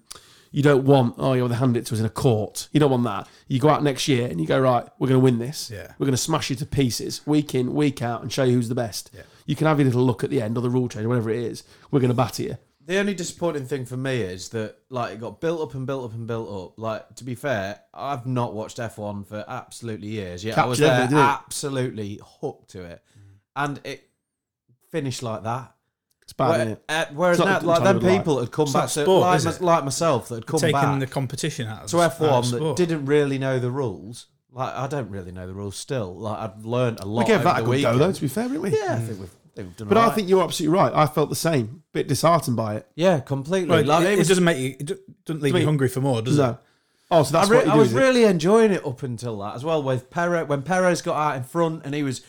Speaker 1: you don't want, oh, you want to hand it to us in a court. You don't want that. You go out next year and you go, right, we're going to win this.
Speaker 4: Yeah.
Speaker 1: We're going to smash you to pieces week in, week out and show you who's the best.
Speaker 4: Yeah.
Speaker 1: You can have your little look at the end or the rule change, whatever it is. We're going to batter you.
Speaker 2: The only disappointing thing for me is that like it got built up and built up and built up. Like to be fair, I've not watched F1 for absolutely years. Yeah, I was
Speaker 1: Captured
Speaker 2: there
Speaker 1: everything, didn't it?
Speaker 2: absolutely hooked to it,
Speaker 4: Mm.
Speaker 2: and it finished like that.
Speaker 1: It's bad,
Speaker 2: Where-
Speaker 1: isn't it?
Speaker 2: uh, whereas
Speaker 1: It's not
Speaker 2: now,
Speaker 1: the
Speaker 2: like
Speaker 1: time
Speaker 2: them
Speaker 1: of life.
Speaker 2: people had come
Speaker 4: It's
Speaker 2: back
Speaker 4: not
Speaker 2: to
Speaker 4: sport,
Speaker 2: like,
Speaker 4: is
Speaker 2: my-
Speaker 4: it?
Speaker 2: like myself that had come
Speaker 4: Taking
Speaker 2: back
Speaker 4: the competition out of
Speaker 2: to
Speaker 4: out of
Speaker 2: F1 that
Speaker 4: sport.
Speaker 2: didn't really know the rules. Like I don't really know the rules still. Like I've learned a lot.
Speaker 1: We gave
Speaker 2: over
Speaker 1: that a
Speaker 2: the
Speaker 1: good go,
Speaker 2: weekend.
Speaker 1: though, to be fair, didn't we?
Speaker 2: Yeah, I think we've, I think we've done.
Speaker 1: But I
Speaker 2: alright.
Speaker 1: think you're absolutely right. I felt the same. Bit disheartened by it.
Speaker 2: yeah, completely.
Speaker 4: Well,
Speaker 2: like,
Speaker 4: it,
Speaker 2: it was
Speaker 4: it doesn't make you. It do- doesn't leave
Speaker 1: Doesn't
Speaker 4: you
Speaker 1: it-
Speaker 4: hungry for more, does
Speaker 1: No. Oh, so that's
Speaker 2: I, re-
Speaker 1: what you
Speaker 2: I
Speaker 1: do,
Speaker 2: was
Speaker 1: is it?
Speaker 2: really enjoying it up until that as well. With Perez, when Perez got out in front and he was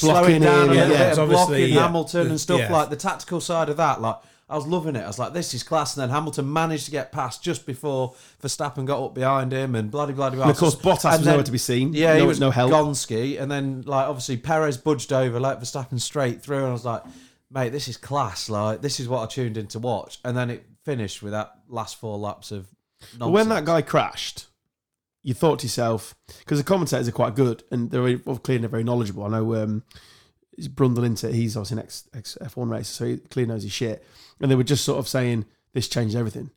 Speaker 1: Blocking
Speaker 2: slowing down
Speaker 1: in,
Speaker 2: a
Speaker 1: yeah.
Speaker 2: little
Speaker 1: Yeah,
Speaker 2: bit
Speaker 4: it's
Speaker 2: and
Speaker 4: obviously,
Speaker 2: blocking
Speaker 4: yeah,
Speaker 2: Hamilton
Speaker 4: the-
Speaker 2: and stuff
Speaker 4: yeah.
Speaker 2: like the tactical side of that. Like I was loving it. I was like, this is class. And then Hamilton managed to get past just before Verstappen got up behind him and bloody bloody.
Speaker 1: And of course, Bottas was nowhere to be seen.
Speaker 2: Yeah,
Speaker 1: no,
Speaker 2: he was
Speaker 1: no help.
Speaker 2: Gonski, and then like obviously Perez budged over, let Verstappen straight through, and I was like, mate, this is class. Like this is what I tuned in to watch, and then it finished with that last four laps of.
Speaker 1: But
Speaker 2: Nonsense.
Speaker 1: when that guy crashed, you thought to yourself, because the commentators are quite good and they're very- well, clearly they're very knowledgeable. I know um, it's Brundle into he's obviously an ex, ex F1 racer, so he clearly knows his shit. And they were just sort of saying, this changes everything.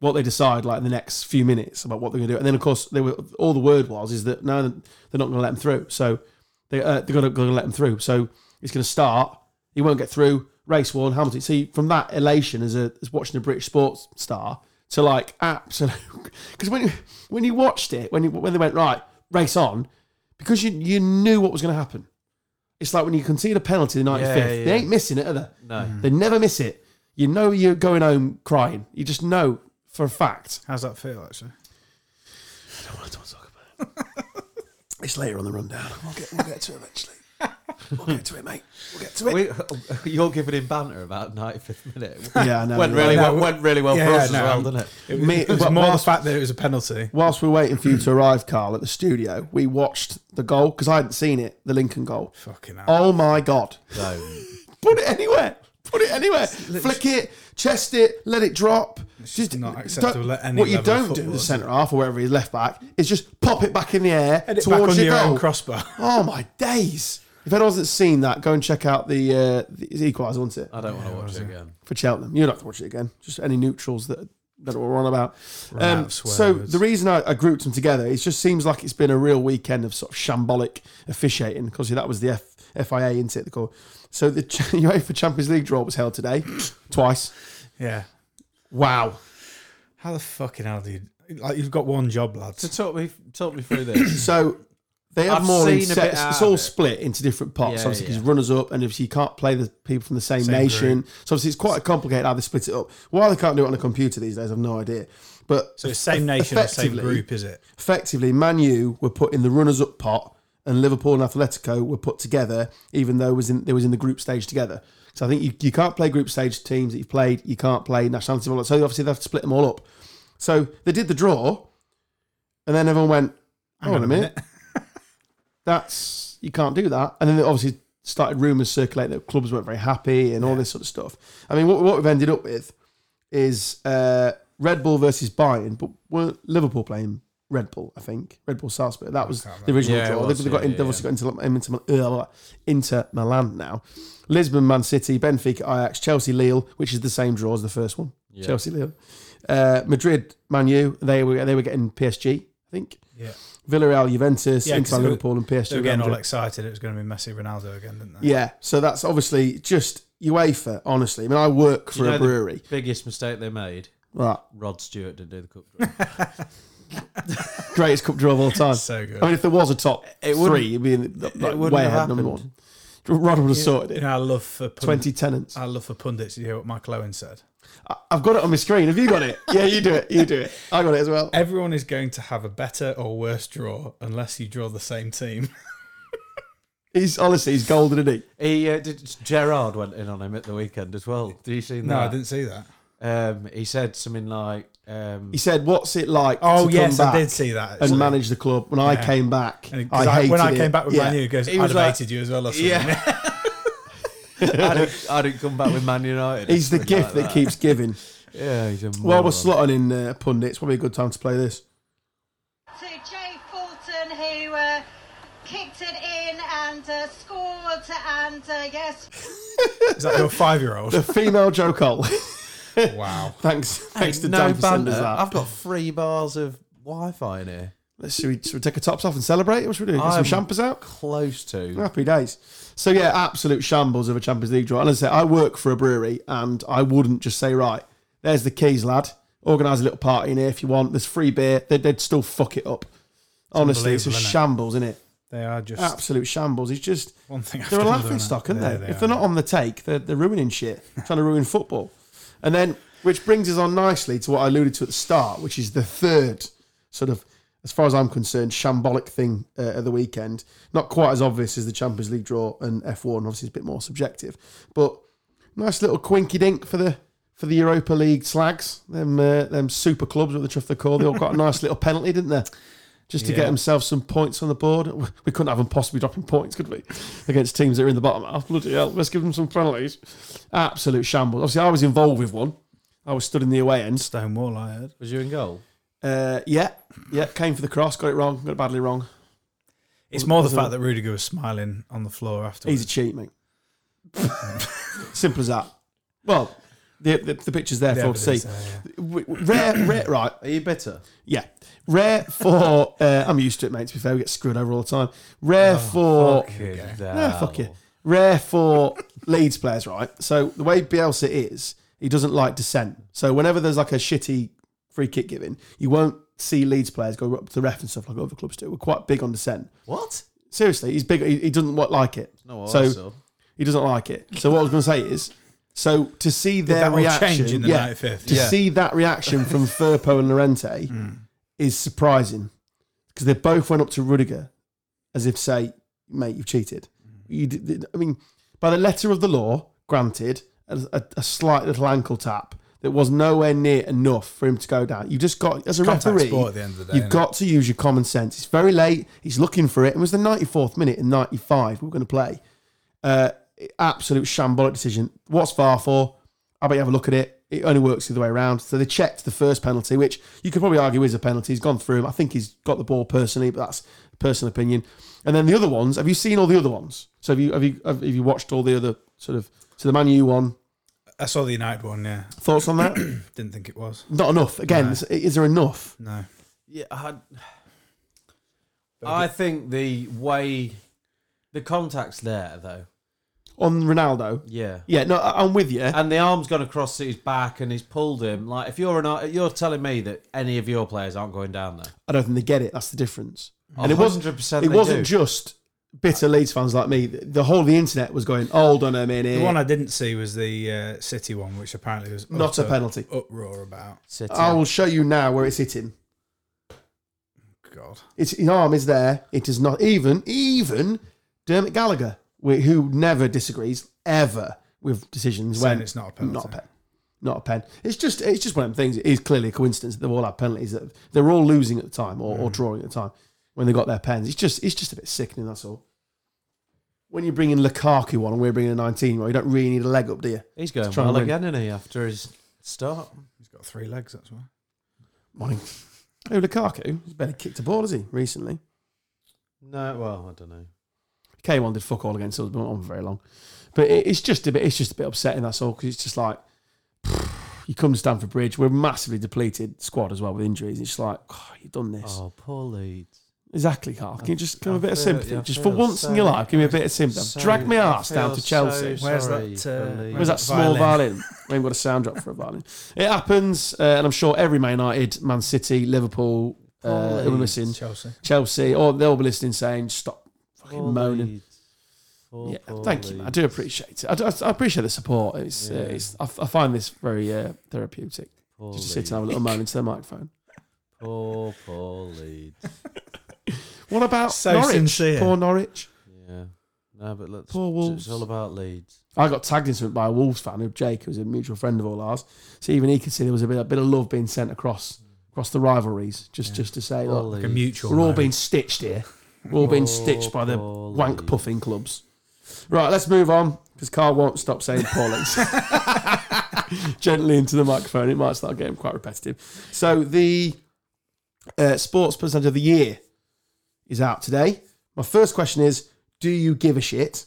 Speaker 1: What they decide, like in the next few minutes, about what they're going to do, and then of course they were all the word was is that no, they're not going to let him through. So they uh, they're going to let him through. So it's going to start. He won't get through. Race one, Hamilton. See, from that elation as a as watching a British sports star to like absolute because when you- when you watched it when you, when they went right race on because you you knew what was going to happen. It's like when you concede a penalty in the 95th,
Speaker 2: yeah.
Speaker 1: they ain't missing it, are they?
Speaker 2: no,
Speaker 1: They never miss it. You know you're going home crying. You just know for a fact.
Speaker 4: it? How's that feel, actually?
Speaker 1: I don't want to talk about it. it's later on the rundown. We'll get, we'll get to it eventually. We'll get to it, mate. We'll get to it.
Speaker 2: We, you're giving him banter about 95th minute.
Speaker 1: Yeah, I know.
Speaker 2: went really
Speaker 4: no,
Speaker 2: well.
Speaker 4: we-
Speaker 2: Went really well for
Speaker 4: yeah,
Speaker 2: us
Speaker 4: no,
Speaker 2: as well,
Speaker 4: um,
Speaker 2: didn't it?
Speaker 4: It,
Speaker 1: Me-
Speaker 4: it was
Speaker 1: but
Speaker 4: more the
Speaker 1: whilst-
Speaker 4: fact that it was a penalty.
Speaker 1: Whilst we were waiting for you to arrive, Carl, at the studio, we watched the goal because I hadn't seen it, the Lincoln goal.
Speaker 4: Fucking hell.
Speaker 1: Oh my God.
Speaker 2: So,
Speaker 1: Put it anywhere. Put it anywhere. Flick it, chest it, let it drop.
Speaker 4: just not acceptable
Speaker 1: don't-
Speaker 4: at any
Speaker 1: What you
Speaker 4: level of
Speaker 1: don't do
Speaker 4: football,
Speaker 1: as a
Speaker 4: is
Speaker 1: centre half or wherever he's left back is just pop it back in the air
Speaker 4: Head it back
Speaker 1: towards
Speaker 4: on
Speaker 1: your,
Speaker 4: your
Speaker 1: goal.
Speaker 4: own crossbar.
Speaker 1: Oh my days! If anyone hasn't seen that, go and check out the, uh, the equaliser, wasn't it,
Speaker 2: I don't want to watch it again.
Speaker 1: for Cheltenham? You don't have to watch it again. Just any neutrals that that we're on about.
Speaker 4: Run out
Speaker 1: Um,
Speaker 4: of swear
Speaker 1: so
Speaker 4: words.
Speaker 1: the reason I, I grouped them together, it just seems like it's been a real weekend of sort of shambolic officiating. Because that was the F, FIA, isn't it? The call. So the Ch- UEFA Champions League draw was held today, twice.
Speaker 4: yeah.
Speaker 1: Wow.
Speaker 4: How the fucking hell do you? Like you've got one job,
Speaker 2: So
Speaker 4: lads.
Speaker 2: talk me, talk me through this.
Speaker 1: So they have
Speaker 2: I've
Speaker 1: more in
Speaker 2: seen a bit
Speaker 1: sets.
Speaker 2: out
Speaker 1: It's
Speaker 2: of
Speaker 1: all
Speaker 2: it.
Speaker 1: split into different pots,
Speaker 2: Yeah,
Speaker 1: obviously, because
Speaker 2: yeah.
Speaker 1: runners up, and obviously you can't play the people from the same,
Speaker 4: Same
Speaker 1: nation. So obviously it's quite complicated how they split it up. Why they can't do it on a computer these days, I've no idea. But
Speaker 4: So it's same nation or same
Speaker 1: effectively-
Speaker 4: group, is it?
Speaker 1: effectively, Man U were put in the runners up pot, and Liverpool and Atletico were put together, even though it was in, they was in the group stage together. So I think you, you can't play group stage teams that you've played. You can't play nationality. all that. So obviously they have to split them all up. So they did the draw, and then everyone went, "Hang on a minute, that's you can't do that." And then they obviously started rumours circulating that clubs weren't very happy and all this sort of stuff. I mean, what, what we've ended up with is uh, Red Bull versus Bayern, but weren't Liverpool playing Red Bull? I think Red Bull Salzburg. That was the original
Speaker 2: Yeah, it
Speaker 1: draw.
Speaker 2: was,
Speaker 1: they've, they've got
Speaker 2: yeah,
Speaker 1: in, they've
Speaker 2: yeah,
Speaker 1: obviously got into, into, into Milan now. Lisbon, Man City, Benfica, Ajax, Chelsea, Lille, which is the same draw as the first one.
Speaker 2: Yeah.
Speaker 1: Chelsea, Lille, uh, Madrid, Man U. They were they were getting PSG, I think.
Speaker 4: Yeah.
Speaker 1: Villarreal, Juventus,
Speaker 4: Yeah, 'cause
Speaker 1: Inter,
Speaker 4: they were-
Speaker 1: Liverpool, and PSG.
Speaker 4: They
Speaker 1: Real
Speaker 4: were getting all
Speaker 1: Madrid.
Speaker 4: excited. It was going to be Messi, Ronaldo again, didn't they?
Speaker 1: Yeah, so that's obviously just UEFA. Honestly, I mean, I work for
Speaker 2: You know
Speaker 1: a
Speaker 2: the-
Speaker 1: brewery.
Speaker 2: Biggest mistake they made.
Speaker 1: Right,
Speaker 2: Rod Stewart didn't do the cup. draw.
Speaker 1: greatest cup draw of all time.
Speaker 4: So good.
Speaker 1: I mean, if there was a top
Speaker 2: It wouldn't-
Speaker 1: three, it'd be in the, like,
Speaker 2: wouldn't
Speaker 1: way
Speaker 2: have
Speaker 1: ahead number
Speaker 2: happened.
Speaker 1: one. Rod would have sorted
Speaker 4: You
Speaker 1: it.
Speaker 4: know, I love for pund-
Speaker 1: Twenty tenants.
Speaker 4: I love for pundits. You hear what Michael Owen said.
Speaker 1: I- I've got it on my screen. Have you got it? Yeah, you do it. You do it. I got it as well.
Speaker 4: Everyone is going to have a better or worse draw unless you draw the same team.
Speaker 1: He's honestly he's golden, isn't he?
Speaker 2: He uh, did, Gerard went in on him at the weekend as well. Did you see that?
Speaker 4: No, I didn't see that.
Speaker 2: Um, he said something like, um,
Speaker 1: He said, "What's it like?"
Speaker 4: Oh
Speaker 1: to
Speaker 4: yes,
Speaker 1: come back
Speaker 4: I did see that.
Speaker 1: and
Speaker 4: actually.
Speaker 1: manage the club. When I
Speaker 4: Yeah.
Speaker 1: came back,
Speaker 4: And 'cause
Speaker 1: I,
Speaker 4: I-
Speaker 1: hated
Speaker 4: when I came
Speaker 1: it.
Speaker 4: back with
Speaker 1: yeah.
Speaker 4: Man U, he goes,
Speaker 2: He
Speaker 4: I'd
Speaker 2: was
Speaker 4: have
Speaker 2: like-
Speaker 4: hated you as well. Or something.
Speaker 2: "Yeah, I, didn't, I didn't come back with Man United." or
Speaker 1: He's the
Speaker 2: something
Speaker 1: gift
Speaker 2: like
Speaker 1: that, keeps giving.
Speaker 2: Yeah, he's a
Speaker 1: While
Speaker 2: moron.
Speaker 1: we're slotting in uh, pundits, probably a good time to play this.
Speaker 5: to Jay Fulton who uh, kicked it in and uh, scored and uh, yes
Speaker 4: Is that your five-year-old?
Speaker 1: The female Joe Cole.
Speaker 4: wow.
Speaker 1: thanks, thanks to
Speaker 2: no
Speaker 1: Dan for sending us
Speaker 2: banter.
Speaker 1: that.
Speaker 2: I've got three bars of Wi-Fi in here.
Speaker 1: Let's should we, should we take our tops off and celebrate? What should we do? Get some
Speaker 2: I'm-
Speaker 1: champers out.
Speaker 2: Close to.
Speaker 1: Happy days. So yeah, absolute shambles of a Champions League draw. And as I say, I work for a brewery, and I wouldn't just say, right, there's the keys, lad. Organise a little party in here if you want. There's free beer. They'd, they'd still fuck it up. Honestly, it's a
Speaker 4: unbelievable, innit?
Speaker 1: shambles, isn't it?
Speaker 4: They are just
Speaker 1: Absolute shambles. It's just
Speaker 4: one thing.
Speaker 1: they're a
Speaker 4: after
Speaker 1: laughing
Speaker 4: another,
Speaker 1: stock, aren't
Speaker 4: innit? Yeah,
Speaker 1: they?
Speaker 4: are.
Speaker 1: If they're not on the take, they're, they're ruining shit, trying to ruin football. And then, which brings us on nicely to what I alluded to at the start, which is the third sort of, as far as I'm concerned, shambolic thing uh, of the weekend. Not quite as obvious as the Champions League draw and F1, obviously, it's a bit more subjective. But nice little quinky dink for the. For the Europa League slags, them uh, them super clubs, what the truth they're called, they all got a nice little penalty, didn't they? just to get
Speaker 4: Yeah.
Speaker 1: themselves some points on the board. We couldn't have them possibly dropping points, could we? Against teams that are in the bottom half. Bloody hell, let's give them some penalties. Absolute shambles. Obviously, I was involved with one. I was stood in the away end.
Speaker 4: Stonewall, I heard.
Speaker 2: Was you in goal?
Speaker 1: Uh, yeah, yeah, came for the cross, got it wrong, got it badly wrong.
Speaker 4: It's
Speaker 1: Wasn't-
Speaker 4: more the
Speaker 1: wasn't
Speaker 4: fact that Rudiger was smiling on the floor afterwards.
Speaker 1: He's a cheat, mate. Simple as that. Well, the, the, the picture's there
Speaker 4: The
Speaker 1: for all to see.
Speaker 4: evidence there, yeah.
Speaker 1: W- w- Rare, rare, right.
Speaker 2: Are you bitter?
Speaker 1: Yeah. Rare for, uh, I'm used to it, mate, to be fair, we get screwed over all the time. Rare for
Speaker 4: Oh,
Speaker 2: Fucking
Speaker 1: Yeah,
Speaker 2: hell.
Speaker 1: fuck you. Rare for Leeds players, right? So the way Bielsa is, he doesn't like dissent. So whenever there's like a shitty free kick given, you won't see Leeds players go up to the ref and stuff like other clubs do. We're quite big on dissent.
Speaker 2: What?
Speaker 1: Seriously, he's big. He, he doesn't wa- like it.
Speaker 2: No, what I
Speaker 1: so
Speaker 2: saw.
Speaker 1: he doesn't like it. So what I was going to say is, so to see
Speaker 4: Did
Speaker 1: their
Speaker 4: that all
Speaker 1: reaction,
Speaker 4: change in the
Speaker 1: yeah,
Speaker 4: 95th?
Speaker 1: to see that reaction from Firpo and Lorente is surprising because they both went up to Rudiger as if say, "Mate, you've cheated." You did, I mean, by the letter of the law, granted, a, a, a slight little ankle tap that was nowhere near enough for him to go down. You just got as a
Speaker 4: Contact
Speaker 1: referee.
Speaker 4: sport at the end of the day.
Speaker 1: You've
Speaker 4: innit?
Speaker 1: got to use your common sense. It's very late. He's looking for it. It was the 94th minute in 95 we were going to play. Uh, absolute shambolic decision. What's VAR for? I bet you have a look at it. It only works the other way around. So they checked the first penalty, which you could probably argue is a penalty. He's gone through him. I think he's got the ball personally, but that's personal opinion. And then the other ones. Have you seen all the other ones? So have you have you have you watched all the other sort of so the Man U one?
Speaker 4: I saw the United one. Yeah,
Speaker 1: Thoughts on that?
Speaker 4: didn't think it was.
Speaker 1: Not enough. Again, is, is there enough?
Speaker 4: No,
Speaker 2: Yeah, I, I think the way the contact's there though.
Speaker 1: On Ronaldo?
Speaker 2: Yeah.
Speaker 1: Yeah, no, I- I'm with you.
Speaker 2: And the arm's gone across his back, and he's pulled him. Like, if you're an, you're telling me that any of your players aren't going down there.
Speaker 1: I don't think they get it. That's the difference.
Speaker 2: And
Speaker 1: it
Speaker 2: it
Speaker 1: wasn't-
Speaker 2: wasn't 100%.
Speaker 1: it
Speaker 2: they
Speaker 1: wasn't
Speaker 2: do.
Speaker 1: just bitter Leeds fans like me. The whole of the internet was going, "Hold on a minute,
Speaker 4: the one I didn't see was the uh, City one, which apparently was
Speaker 1: not a
Speaker 2: Oh.
Speaker 4: utter
Speaker 1: penalty."
Speaker 4: uproar about.
Speaker 2: City.
Speaker 1: I will show you now where it's hitting.
Speaker 4: God,
Speaker 1: It's his arm is there. It is not even even Dermot Gallagher, wh- who never disagrees ever with decisions
Speaker 4: Saying
Speaker 1: when
Speaker 4: it's not a penalty.
Speaker 1: Not a pen. Not a pen. It's just it's just one of them things. It is clearly a coincidence that they've all had penalties that they're all losing at the time or, or
Speaker 4: Mm.
Speaker 1: drawing at the time when they got their pens. It's just it's just a bit sickening. That's all. When you bring in Lukaku on and we're bringing a 19 year old, you don't really need a leg up, do you?
Speaker 2: He's going
Speaker 1: trying to
Speaker 2: well
Speaker 1: win.
Speaker 2: again, isn't he, after his start?
Speaker 4: he's got three legs. That's why.
Speaker 1: Mine. Oh, Lukaku, he's better kicked a ball, has he, recently?
Speaker 2: No, well, I don't know.
Speaker 1: K1 did fuck all against us, but not on for very long. But it, it's just a bit, it's just a bit upsetting. That's all because it's just like you come to Stamford Bridge, we're massively depleted squad as well with injuries. It's just like oh, you've done this
Speaker 2: Oh, poor Leeds.
Speaker 1: exactly, Carl. Can you just give me a
Speaker 2: I
Speaker 1: bit of
Speaker 2: feel-
Speaker 1: sympathy,
Speaker 2: yeah, I
Speaker 1: just for
Speaker 2: feel
Speaker 1: once in your
Speaker 2: so-
Speaker 1: life, give me a bit of sympathy.
Speaker 2: so-
Speaker 1: Drag my
Speaker 2: I
Speaker 1: ass down
Speaker 2: feel
Speaker 1: to Chelsea.
Speaker 2: so
Speaker 4: Where's
Speaker 2: sorry
Speaker 4: that,
Speaker 2: for
Speaker 4: uh,
Speaker 2: Leeds.
Speaker 1: Where's that small violin? we haven't got a sound drop for a violin. It happens, uh, and I'm sure every Man United, Man City, Liverpool, uh, who we're
Speaker 2: Please.
Speaker 1: missing,
Speaker 4: Chelsea.
Speaker 1: Chelsea, or they'll be listening saying, "Stop fucking
Speaker 2: Poor
Speaker 1: moaning."
Speaker 2: Leeds. for
Speaker 1: Yeah,
Speaker 2: Paul
Speaker 1: thank you.
Speaker 2: Leeds.
Speaker 1: Man. I do appreciate it. I, do, I appreciate the support. It's,
Speaker 2: Yeah.
Speaker 1: uh, it's I, I find this very uh, therapeutic.
Speaker 2: Paul
Speaker 1: Just sit
Speaker 2: Leeds.
Speaker 1: and have a little moan into the microphone.
Speaker 2: Poor, poor Leeds.
Speaker 1: What about
Speaker 4: So
Speaker 1: Norwich?
Speaker 4: sincere.
Speaker 1: Poor Norwich.
Speaker 2: Yeah. No, but let's.
Speaker 1: Poor
Speaker 2: It's
Speaker 1: Wolves.
Speaker 2: all about Leeds.
Speaker 1: I got tagged into it by a Wolves fan, who Jake, who's a mutual friend of all ours. So even he could see there was a bit, a bit of love being sent across across the rivalries, just
Speaker 4: Yeah.
Speaker 1: just to say,
Speaker 2: Poor
Speaker 1: look,
Speaker 4: Like a
Speaker 2: Leeds.
Speaker 4: mutual.
Speaker 1: we're all
Speaker 4: mate.
Speaker 1: being stitched here. We're all being stitched by the
Speaker 2: Poor
Speaker 1: wank
Speaker 2: Leeds.
Speaker 1: puffing clubs. Right, let's move on because Carl won't stop saying Paulie's gently into the microphone. It might start getting quite repetitive. So the uh, sports percentage of the year is out today. My first question is: Do you give a shit?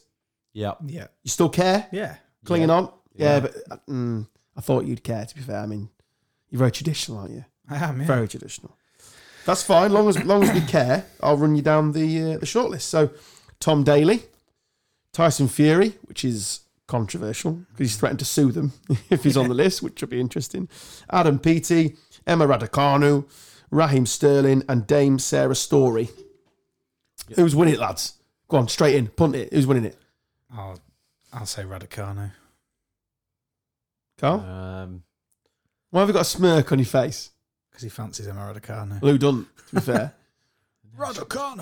Speaker 2: Yeah.
Speaker 4: Yeah.
Speaker 1: You still care?
Speaker 4: Yeah.
Speaker 1: Clinging on? Yeah,
Speaker 2: Yeah.
Speaker 1: but uh, mm, I thought you'd care. To be fair, I mean, you're very traditional, aren't you?
Speaker 4: I am. Yeah.
Speaker 1: Very traditional. That's fine. Long as long as we care, I'll run you down the uh, the shortlist. So, Tom Daly, Tyson Fury, which is controversial because he's threatened to sue them if he's on the list, which would be interesting. Adam Peaty, Emma Raducanu, Raheem Sterling, and Dame Sarah Story. Who's winning it, lads? Go on, straight in, punt it. Who's winning it?
Speaker 4: I'll, I'll say Radicano.
Speaker 1: Carl,
Speaker 2: Um,
Speaker 1: why have you got a smirk on your face?
Speaker 4: Because he fancies Emma Radicano.
Speaker 1: Lou Dunn, to be fair,
Speaker 4: Radicano.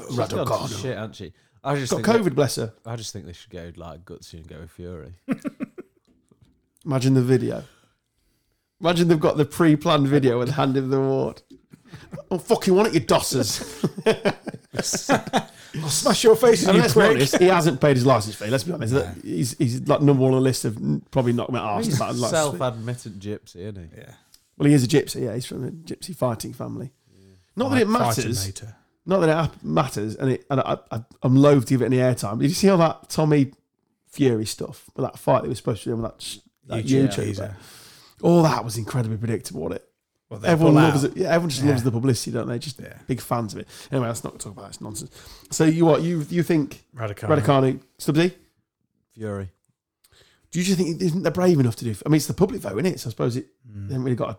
Speaker 2: she's gone to
Speaker 1: Raducanu.
Speaker 2: Shit, hasn't she? I just,
Speaker 1: got
Speaker 2: think they-
Speaker 1: COVID, bless her.
Speaker 2: I just think they should go like gutsy and go with Fury.
Speaker 1: Imagine the video. Imagine they've got the pre-planned video and hand him the award. Oh, fucking want it, you dossers.
Speaker 4: I'll smash your face
Speaker 1: I
Speaker 4: in
Speaker 1: mean,
Speaker 4: your
Speaker 1: let's be
Speaker 4: prick.
Speaker 1: honest, he hasn't paid his license fee. Let's be honest. He's, he's like number one on the list of probably not going to ask about his license fee.
Speaker 2: Self-admitted gypsy, isn't he?
Speaker 4: Yeah.
Speaker 1: Well, he is a gypsy. Yeah, he's from a gypsy fighting family. Not that it
Speaker 4: Fighting
Speaker 1: matters.
Speaker 4: later.
Speaker 1: Not that it hap- matters. And, it, and I, I, I'm loath to give it any airtime. Did you see all that Tommy Fury stuff? With that fight that was supposed to do with that, sh- that
Speaker 4: YouTube
Speaker 1: YouTuber.
Speaker 4: teaser.
Speaker 1: All that was incredibly predictable, wasn't it?
Speaker 4: Well, they
Speaker 1: Everyone
Speaker 4: pull
Speaker 1: loves
Speaker 4: out.
Speaker 1: it. Yeah, everyone just
Speaker 4: Yeah.
Speaker 1: loves the publicity, don't they? Just
Speaker 4: Yeah.
Speaker 1: big fans of it. Anyway, let's not talk about it. It's nonsense. So you what you you think
Speaker 4: Radicano.
Speaker 1: Radicani Stubbsy?
Speaker 2: Fury.
Speaker 1: Do you just think isn't they're brave enough to do? I mean, it's the public vote, is it? So I suppose it they haven't really got a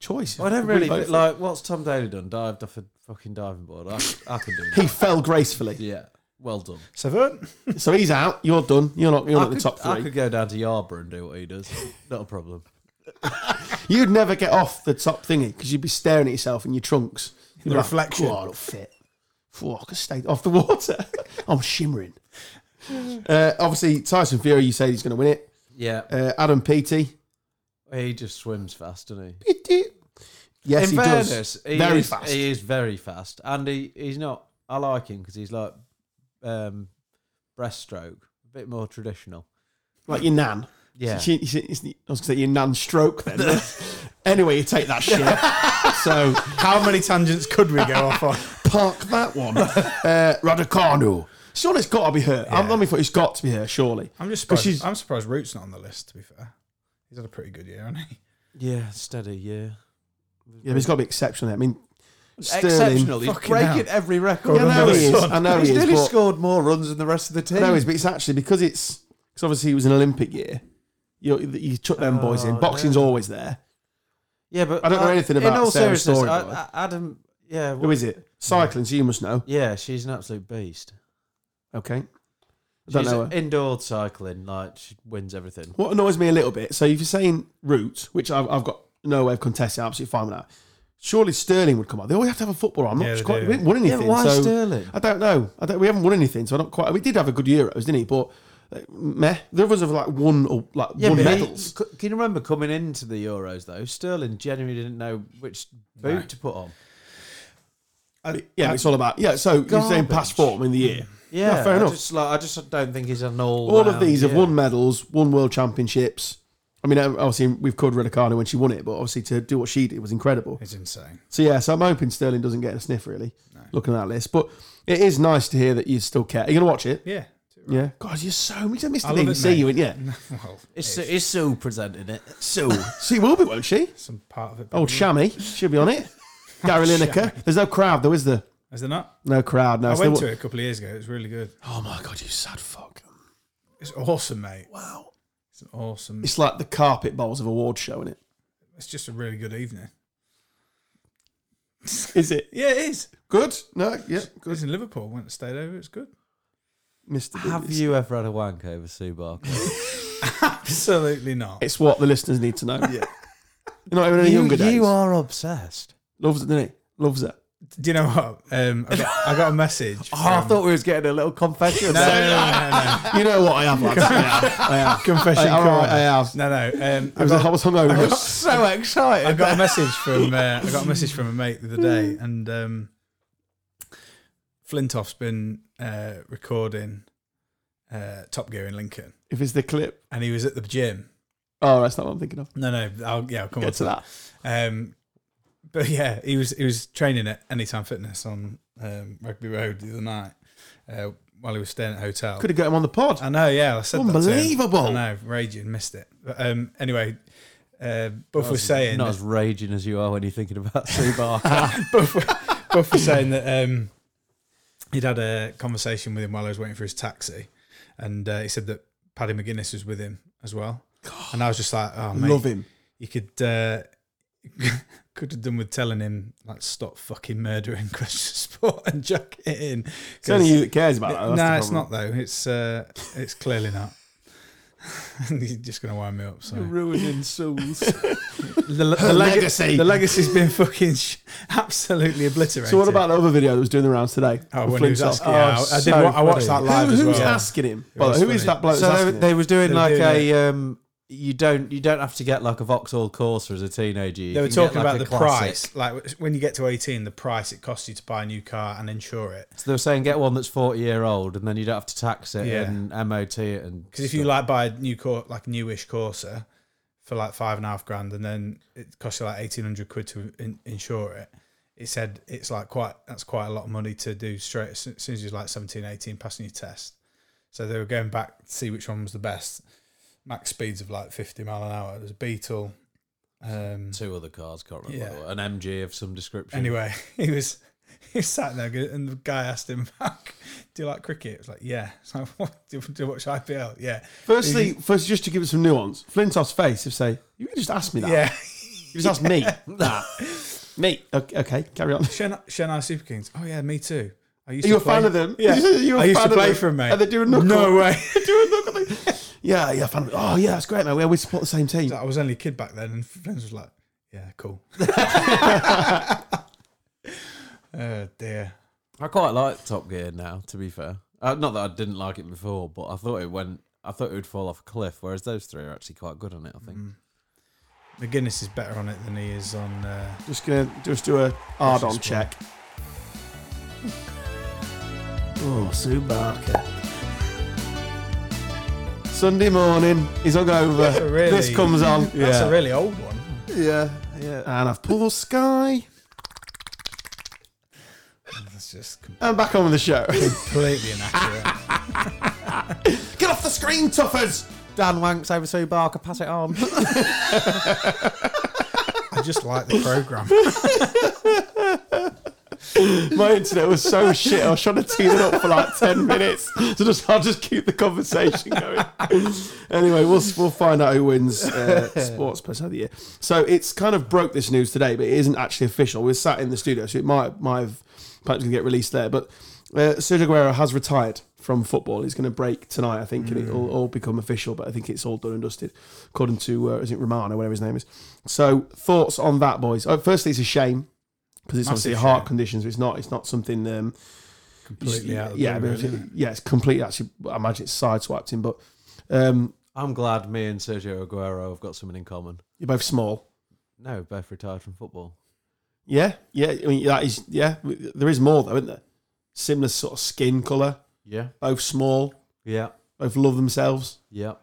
Speaker 1: choice.
Speaker 2: Hmm. I don't
Speaker 1: Public
Speaker 2: really
Speaker 1: vote.
Speaker 2: think, like what's Tom Daly done? Dived off a fucking diving board. I, I can do
Speaker 1: he
Speaker 2: that.
Speaker 1: fell gracefully.
Speaker 2: yeah, well done.
Speaker 4: Seven.
Speaker 1: so he's out. You're done. You're not. You're
Speaker 2: I
Speaker 1: not in
Speaker 2: could,
Speaker 1: the top
Speaker 2: I
Speaker 1: three.
Speaker 2: could go down to Yarborough and do what he does. Not a problem.
Speaker 1: You'd never get off the top thingy because you'd be staring at yourself in your trunks.
Speaker 4: The
Speaker 1: You'd be like,
Speaker 4: reflection.
Speaker 1: "Oh, I look fit. Oh, I could stay off the water. I'm shimmering. Uh, obviously, Tyson Fury. You say he's going to win it.
Speaker 2: Yeah,
Speaker 1: Uh, Adam Peaty.
Speaker 2: he just swims fast, doesn't he?
Speaker 1: Yes,
Speaker 2: In
Speaker 1: he
Speaker 2: fairness,
Speaker 1: does.
Speaker 2: he
Speaker 1: Very
Speaker 2: is,
Speaker 1: fast.
Speaker 2: He is very fast, and he, he's not. I like him because he's like um, breaststroke, a bit more traditional.
Speaker 1: Like your nan.
Speaker 2: Yeah,
Speaker 1: She- she- it's- I was going to say your nan stroke then. anyway, you take that shit. so
Speaker 4: How many tangents could we go off on?
Speaker 1: park that one. Uh, Raducanu. Sean, it's got to be her. I'm
Speaker 4: Yeah.
Speaker 1: not thought it's got to be her, surely.
Speaker 4: I'm just
Speaker 1: 'Cause
Speaker 4: surprised.
Speaker 1: she's-
Speaker 4: I'm surprised Root's not on the list. To be fair, he's had a pretty good year, hasn't he?
Speaker 2: yeah, steady, yeah.
Speaker 1: Yeah, but it's got to be exceptional. I mean, Sterling.
Speaker 2: Exceptional. He's
Speaker 4: Fucking
Speaker 2: breaking
Speaker 4: hell.
Speaker 2: every record.
Speaker 1: Yeah, I know
Speaker 4: Another
Speaker 1: he is.
Speaker 4: son.
Speaker 1: I know
Speaker 2: he's
Speaker 1: he is.
Speaker 2: nearly
Speaker 1: but-
Speaker 2: scored more runs than the rest of the team.
Speaker 1: No, it's, but it's actually because it's because obviously it was an Olympic year. You, you took them boys in.
Speaker 2: Oh,
Speaker 1: Boxing's
Speaker 2: yeah.
Speaker 1: always there.
Speaker 2: yeah, but
Speaker 1: I don't know anything
Speaker 2: in
Speaker 1: about
Speaker 2: all
Speaker 1: Sarah's
Speaker 2: seriousness,
Speaker 1: story,
Speaker 2: I-
Speaker 1: by the way.
Speaker 2: I- Adam, yeah,
Speaker 1: Who is it? Cycling, so you must know.
Speaker 2: yeah, she's an absolute beast.
Speaker 1: Okay. I don't
Speaker 2: she's
Speaker 1: know her.
Speaker 2: indoor cycling, like she wins everything.
Speaker 1: What annoys me a little bit, so if you're saying Root, which I've, I've got no way of contesting, I'm absolutely fine with that. Surely Sterling would come on. They always have to have a football. I'm not
Speaker 4: Yeah, they
Speaker 1: quite.
Speaker 4: do.
Speaker 1: We haven't won
Speaker 2: Yeah,
Speaker 1: anything.
Speaker 2: why
Speaker 1: so
Speaker 2: Sterling?
Speaker 1: I don't know. I don't, we haven't won anything, so I don't quite. We did have a good Euros, didn't he? But uh, meh. The others have like won or like
Speaker 2: Yeah,
Speaker 1: won
Speaker 2: but he-
Speaker 1: medals.
Speaker 2: c- can you remember coming into the Euros though? Sterling genuinely didn't know which boot to put on.
Speaker 1: yeah, it's all about yeah. So you're saying
Speaker 2: Garbage.
Speaker 1: past form in the year.
Speaker 2: Yeah,
Speaker 1: fair
Speaker 2: I
Speaker 1: enough.
Speaker 2: Just, like, I just don't think he's an all.
Speaker 1: All of these
Speaker 2: yeah.
Speaker 1: have won medals, won world championships. I mean, obviously we've called Redicano when she won it, but obviously to do what she did was incredible.
Speaker 4: It's insane.
Speaker 1: So yeah, so I'm hoping Sterling doesn't get a sniff really. Looking at that list, but it is nice to hear that you still care. Are you gonna watch it?
Speaker 4: Yeah.
Speaker 1: Yeah. God, you're so much. I missed
Speaker 4: I
Speaker 1: the
Speaker 4: love
Speaker 1: thing.
Speaker 4: it,
Speaker 1: See
Speaker 4: mate.
Speaker 1: you in yeah.
Speaker 4: well,
Speaker 2: It's Sue, it's Sue presenting it.
Speaker 1: So she will be, won't she?
Speaker 4: some part of it.
Speaker 1: Old Shammy, she'll be on it. Gary Lineker. There's no crowd though, is there?
Speaker 4: Is there not?
Speaker 1: No crowd. No.
Speaker 4: I
Speaker 1: So
Speaker 4: went
Speaker 1: they
Speaker 4: to
Speaker 1: wa-
Speaker 4: it a couple of years ago. It was really good.
Speaker 1: Oh my god, you sad fuck.
Speaker 4: It's awesome, mate.
Speaker 1: Wow.
Speaker 4: It's an awesome.
Speaker 1: It's like the carpet bowls of award show, is it?
Speaker 4: It's just a really good evening.
Speaker 1: Is it
Speaker 4: Yeah, it is.
Speaker 1: good? No. Yeah.
Speaker 4: It was in Liverpool. Went and stayed over. It's good.
Speaker 1: Mr.
Speaker 2: Have
Speaker 1: Doodies.
Speaker 2: you ever had a wank over Sue Barker?
Speaker 4: Absolutely not.
Speaker 1: It's what the listeners need to know. yeah. You're not even any
Speaker 2: you,
Speaker 1: younger days.
Speaker 2: you are obsessed.
Speaker 1: Loves it, doesn't he? Loves it.
Speaker 4: Do you know what? Um, I, got, I got a message.
Speaker 2: Oh, I
Speaker 4: from-
Speaker 2: thought we was getting a little confession.
Speaker 4: No, no, no, no, no.
Speaker 1: You know what I have, lads. I have. I have. Confession. I, all right, I have.
Speaker 4: No, no. Um,
Speaker 1: I was, I was hungover.
Speaker 4: I got-
Speaker 2: so excited.
Speaker 4: I got a message from uh, I got a message from a mate the other day,
Speaker 1: Hmm.
Speaker 4: and um, Flintoff's been uh, recording uh, Top Gear in Lincoln,
Speaker 1: if it's the clip.
Speaker 4: and he was at the gym.
Speaker 1: Oh, that's not what I'm thinking of.
Speaker 4: No, no, I'll, yeah, I'll come on
Speaker 1: Get to that.
Speaker 4: Um, but yeah, he was he was training at Anytime Fitness on um, Rugby Road the other night uh, while he was staying at a hotel.
Speaker 1: Could have got him on the pod.
Speaker 4: I know, yeah, I said
Speaker 1: Unbelievable.
Speaker 4: That to him. I know, raging, missed it. But um, anyway, uh, Buff was saying
Speaker 2: Not as raging as you are when you're thinking about Sue Barker.
Speaker 4: Buff, Buff was saying that um, he'd had a conversation with him while I was waiting for his taxi, and uh, he said that Paddy McGuinness was with him as well. And I was just like, oh, mate,
Speaker 1: Love him.
Speaker 4: you could uh, could have done with telling him like stop fucking murdering question sport and chuck it in.
Speaker 1: It's only you that cares about
Speaker 4: No,
Speaker 1: that. That's the
Speaker 4: it's
Speaker 1: problem.
Speaker 4: not though. It's uh, it's clearly not. And You're just gonna wind me up. So
Speaker 2: Ruining souls.
Speaker 4: the, le-
Speaker 1: Her
Speaker 4: the leg-
Speaker 1: legacy.
Speaker 4: the legacy's been fucking sh- absolutely obliterated.
Speaker 1: So what about the other video that was doing the rounds today?
Speaker 4: Oh,
Speaker 1: With
Speaker 4: when he was
Speaker 1: Flintoff?
Speaker 4: asking- yeah, I- I did wa- I watched
Speaker 1: funny.
Speaker 4: that live
Speaker 1: Who,
Speaker 4: as
Speaker 1: who's
Speaker 4: well.
Speaker 1: asking him?
Speaker 4: It
Speaker 1: Well,
Speaker 4: was
Speaker 1: who is
Speaker 4: funny.
Speaker 1: that bloke? that's
Speaker 2: so they,
Speaker 1: asking
Speaker 2: they
Speaker 1: him?
Speaker 2: was doing
Speaker 4: They were
Speaker 2: like
Speaker 4: doing
Speaker 2: a um, you don't you don't have to get like a Vauxhall Corsa as a teenager. You
Speaker 4: They were
Speaker 2: can get,
Speaker 4: talking
Speaker 2: like,
Speaker 4: about
Speaker 2: a
Speaker 4: the
Speaker 2: classic.
Speaker 4: price. Like when you get to 18, the price it costs you to buy a new car and insure it.
Speaker 2: So they were saying get one that's forty year old, and then you don't have to tax it
Speaker 4: Yeah.
Speaker 2: and MOT it. And
Speaker 4: Because if you like buy a new cor- like a newish Corsa for like five and a half grand, and then it costs you like eighteen hundred quid to in- insure it, it said it's like quite that's quite a lot of money to do straight as soon as soon as you're like 17, 18, passing your test. So they were going back to see which one was the best. Max speeds of like fifty mile an hour. It was a Beetle. Um,
Speaker 2: two other cars, can't remember
Speaker 4: Yeah.
Speaker 2: what they were, an MG of some description.
Speaker 4: anyway, he was he was sat there, go- and the guy asked him, "Do you like cricket?" It was like, "Yeah." It's like, what, do, you, "Do you watch IPL?" Yeah,
Speaker 1: Firstly, first, just to give it some nuance, Flintoff's face. If say you could just ask me that.
Speaker 4: yeah.
Speaker 1: You just ask me that. Me. Okay, okay, carry on.
Speaker 4: Shanghai, Shanghai Super Kings. Oh yeah, me too. I used
Speaker 1: Are you
Speaker 4: to
Speaker 1: a
Speaker 4: play-
Speaker 1: fan of them?
Speaker 4: Yeah,
Speaker 1: You said you were
Speaker 4: I
Speaker 1: a
Speaker 4: used
Speaker 1: fan
Speaker 4: to
Speaker 1: of
Speaker 4: play
Speaker 1: them.
Speaker 4: for them, mate.
Speaker 1: And they do a knuckle.
Speaker 4: No way.
Speaker 1: Doing look at the- yeah, yeah, fan. Oh yeah, that's great, mate. We always support the same team.
Speaker 4: I was only a kid back then, and friends was like, "Yeah, cool." oh dear.
Speaker 2: I quite like Top Gear now. To be fair, uh, not that I didn't like it before, but I thought it went. I thought it would fall off a cliff. Whereas those three are actually quite good on it. I think.
Speaker 4: Mm. McGuinness is better on it than he is on. Uh,
Speaker 1: Just gonna just do a Ardon
Speaker 4: one.
Speaker 1: check. Oh, Sue Barker. Sunday morning, he's hungover.
Speaker 4: That's a really-
Speaker 1: This comes on.
Speaker 4: That's
Speaker 1: Yeah.
Speaker 4: a really old one.
Speaker 1: yeah, yeah. And I've poor Sky.
Speaker 4: That's just
Speaker 1: And back on with the show.
Speaker 4: completely inaccurate.
Speaker 1: Get off the screen, toughers!
Speaker 2: Dan wanks over Sue Barker. Pass it on.
Speaker 4: I just like the program.
Speaker 1: My internet was so shit. I was trying to tune it up for like ten minutes, so just I'll just keep the conversation going. anyway, we'll we'll find out who wins uh, Sports Person of the Year. So it's kind of broke this news today, but it isn't actually official. We're sat in the studio, so it might might have perhaps gonna get released there. But uh, Sergio Aguero has retired from football. He's going to break tonight, I think, and
Speaker 4: Mm.
Speaker 1: it'll all become official. But I think it's all done and dusted, according to uh, is it Romano, whatever his name is. So thoughts on that, boys? Oh, firstly, it's a shame. Because it's
Speaker 4: Massive
Speaker 1: obviously a heart
Speaker 4: shame.
Speaker 1: condition, so it's not it's not something um,
Speaker 4: Completely out of the
Speaker 1: yeah, I
Speaker 4: blue,
Speaker 1: mean,
Speaker 4: really, isn't it?
Speaker 1: yeah, it's completely actually. I imagine it's sideswiped him, but um,
Speaker 2: I'm glad me and Sergio Aguero have got something in common.
Speaker 1: you're both small.
Speaker 2: No, both retired from football.
Speaker 1: Yeah, yeah. I mean, that is yeah. There is more though, isn't there? Similar sort of skin color,
Speaker 2: Yeah.
Speaker 1: both small,
Speaker 2: Yeah.
Speaker 1: both love themselves.
Speaker 2: Yeah.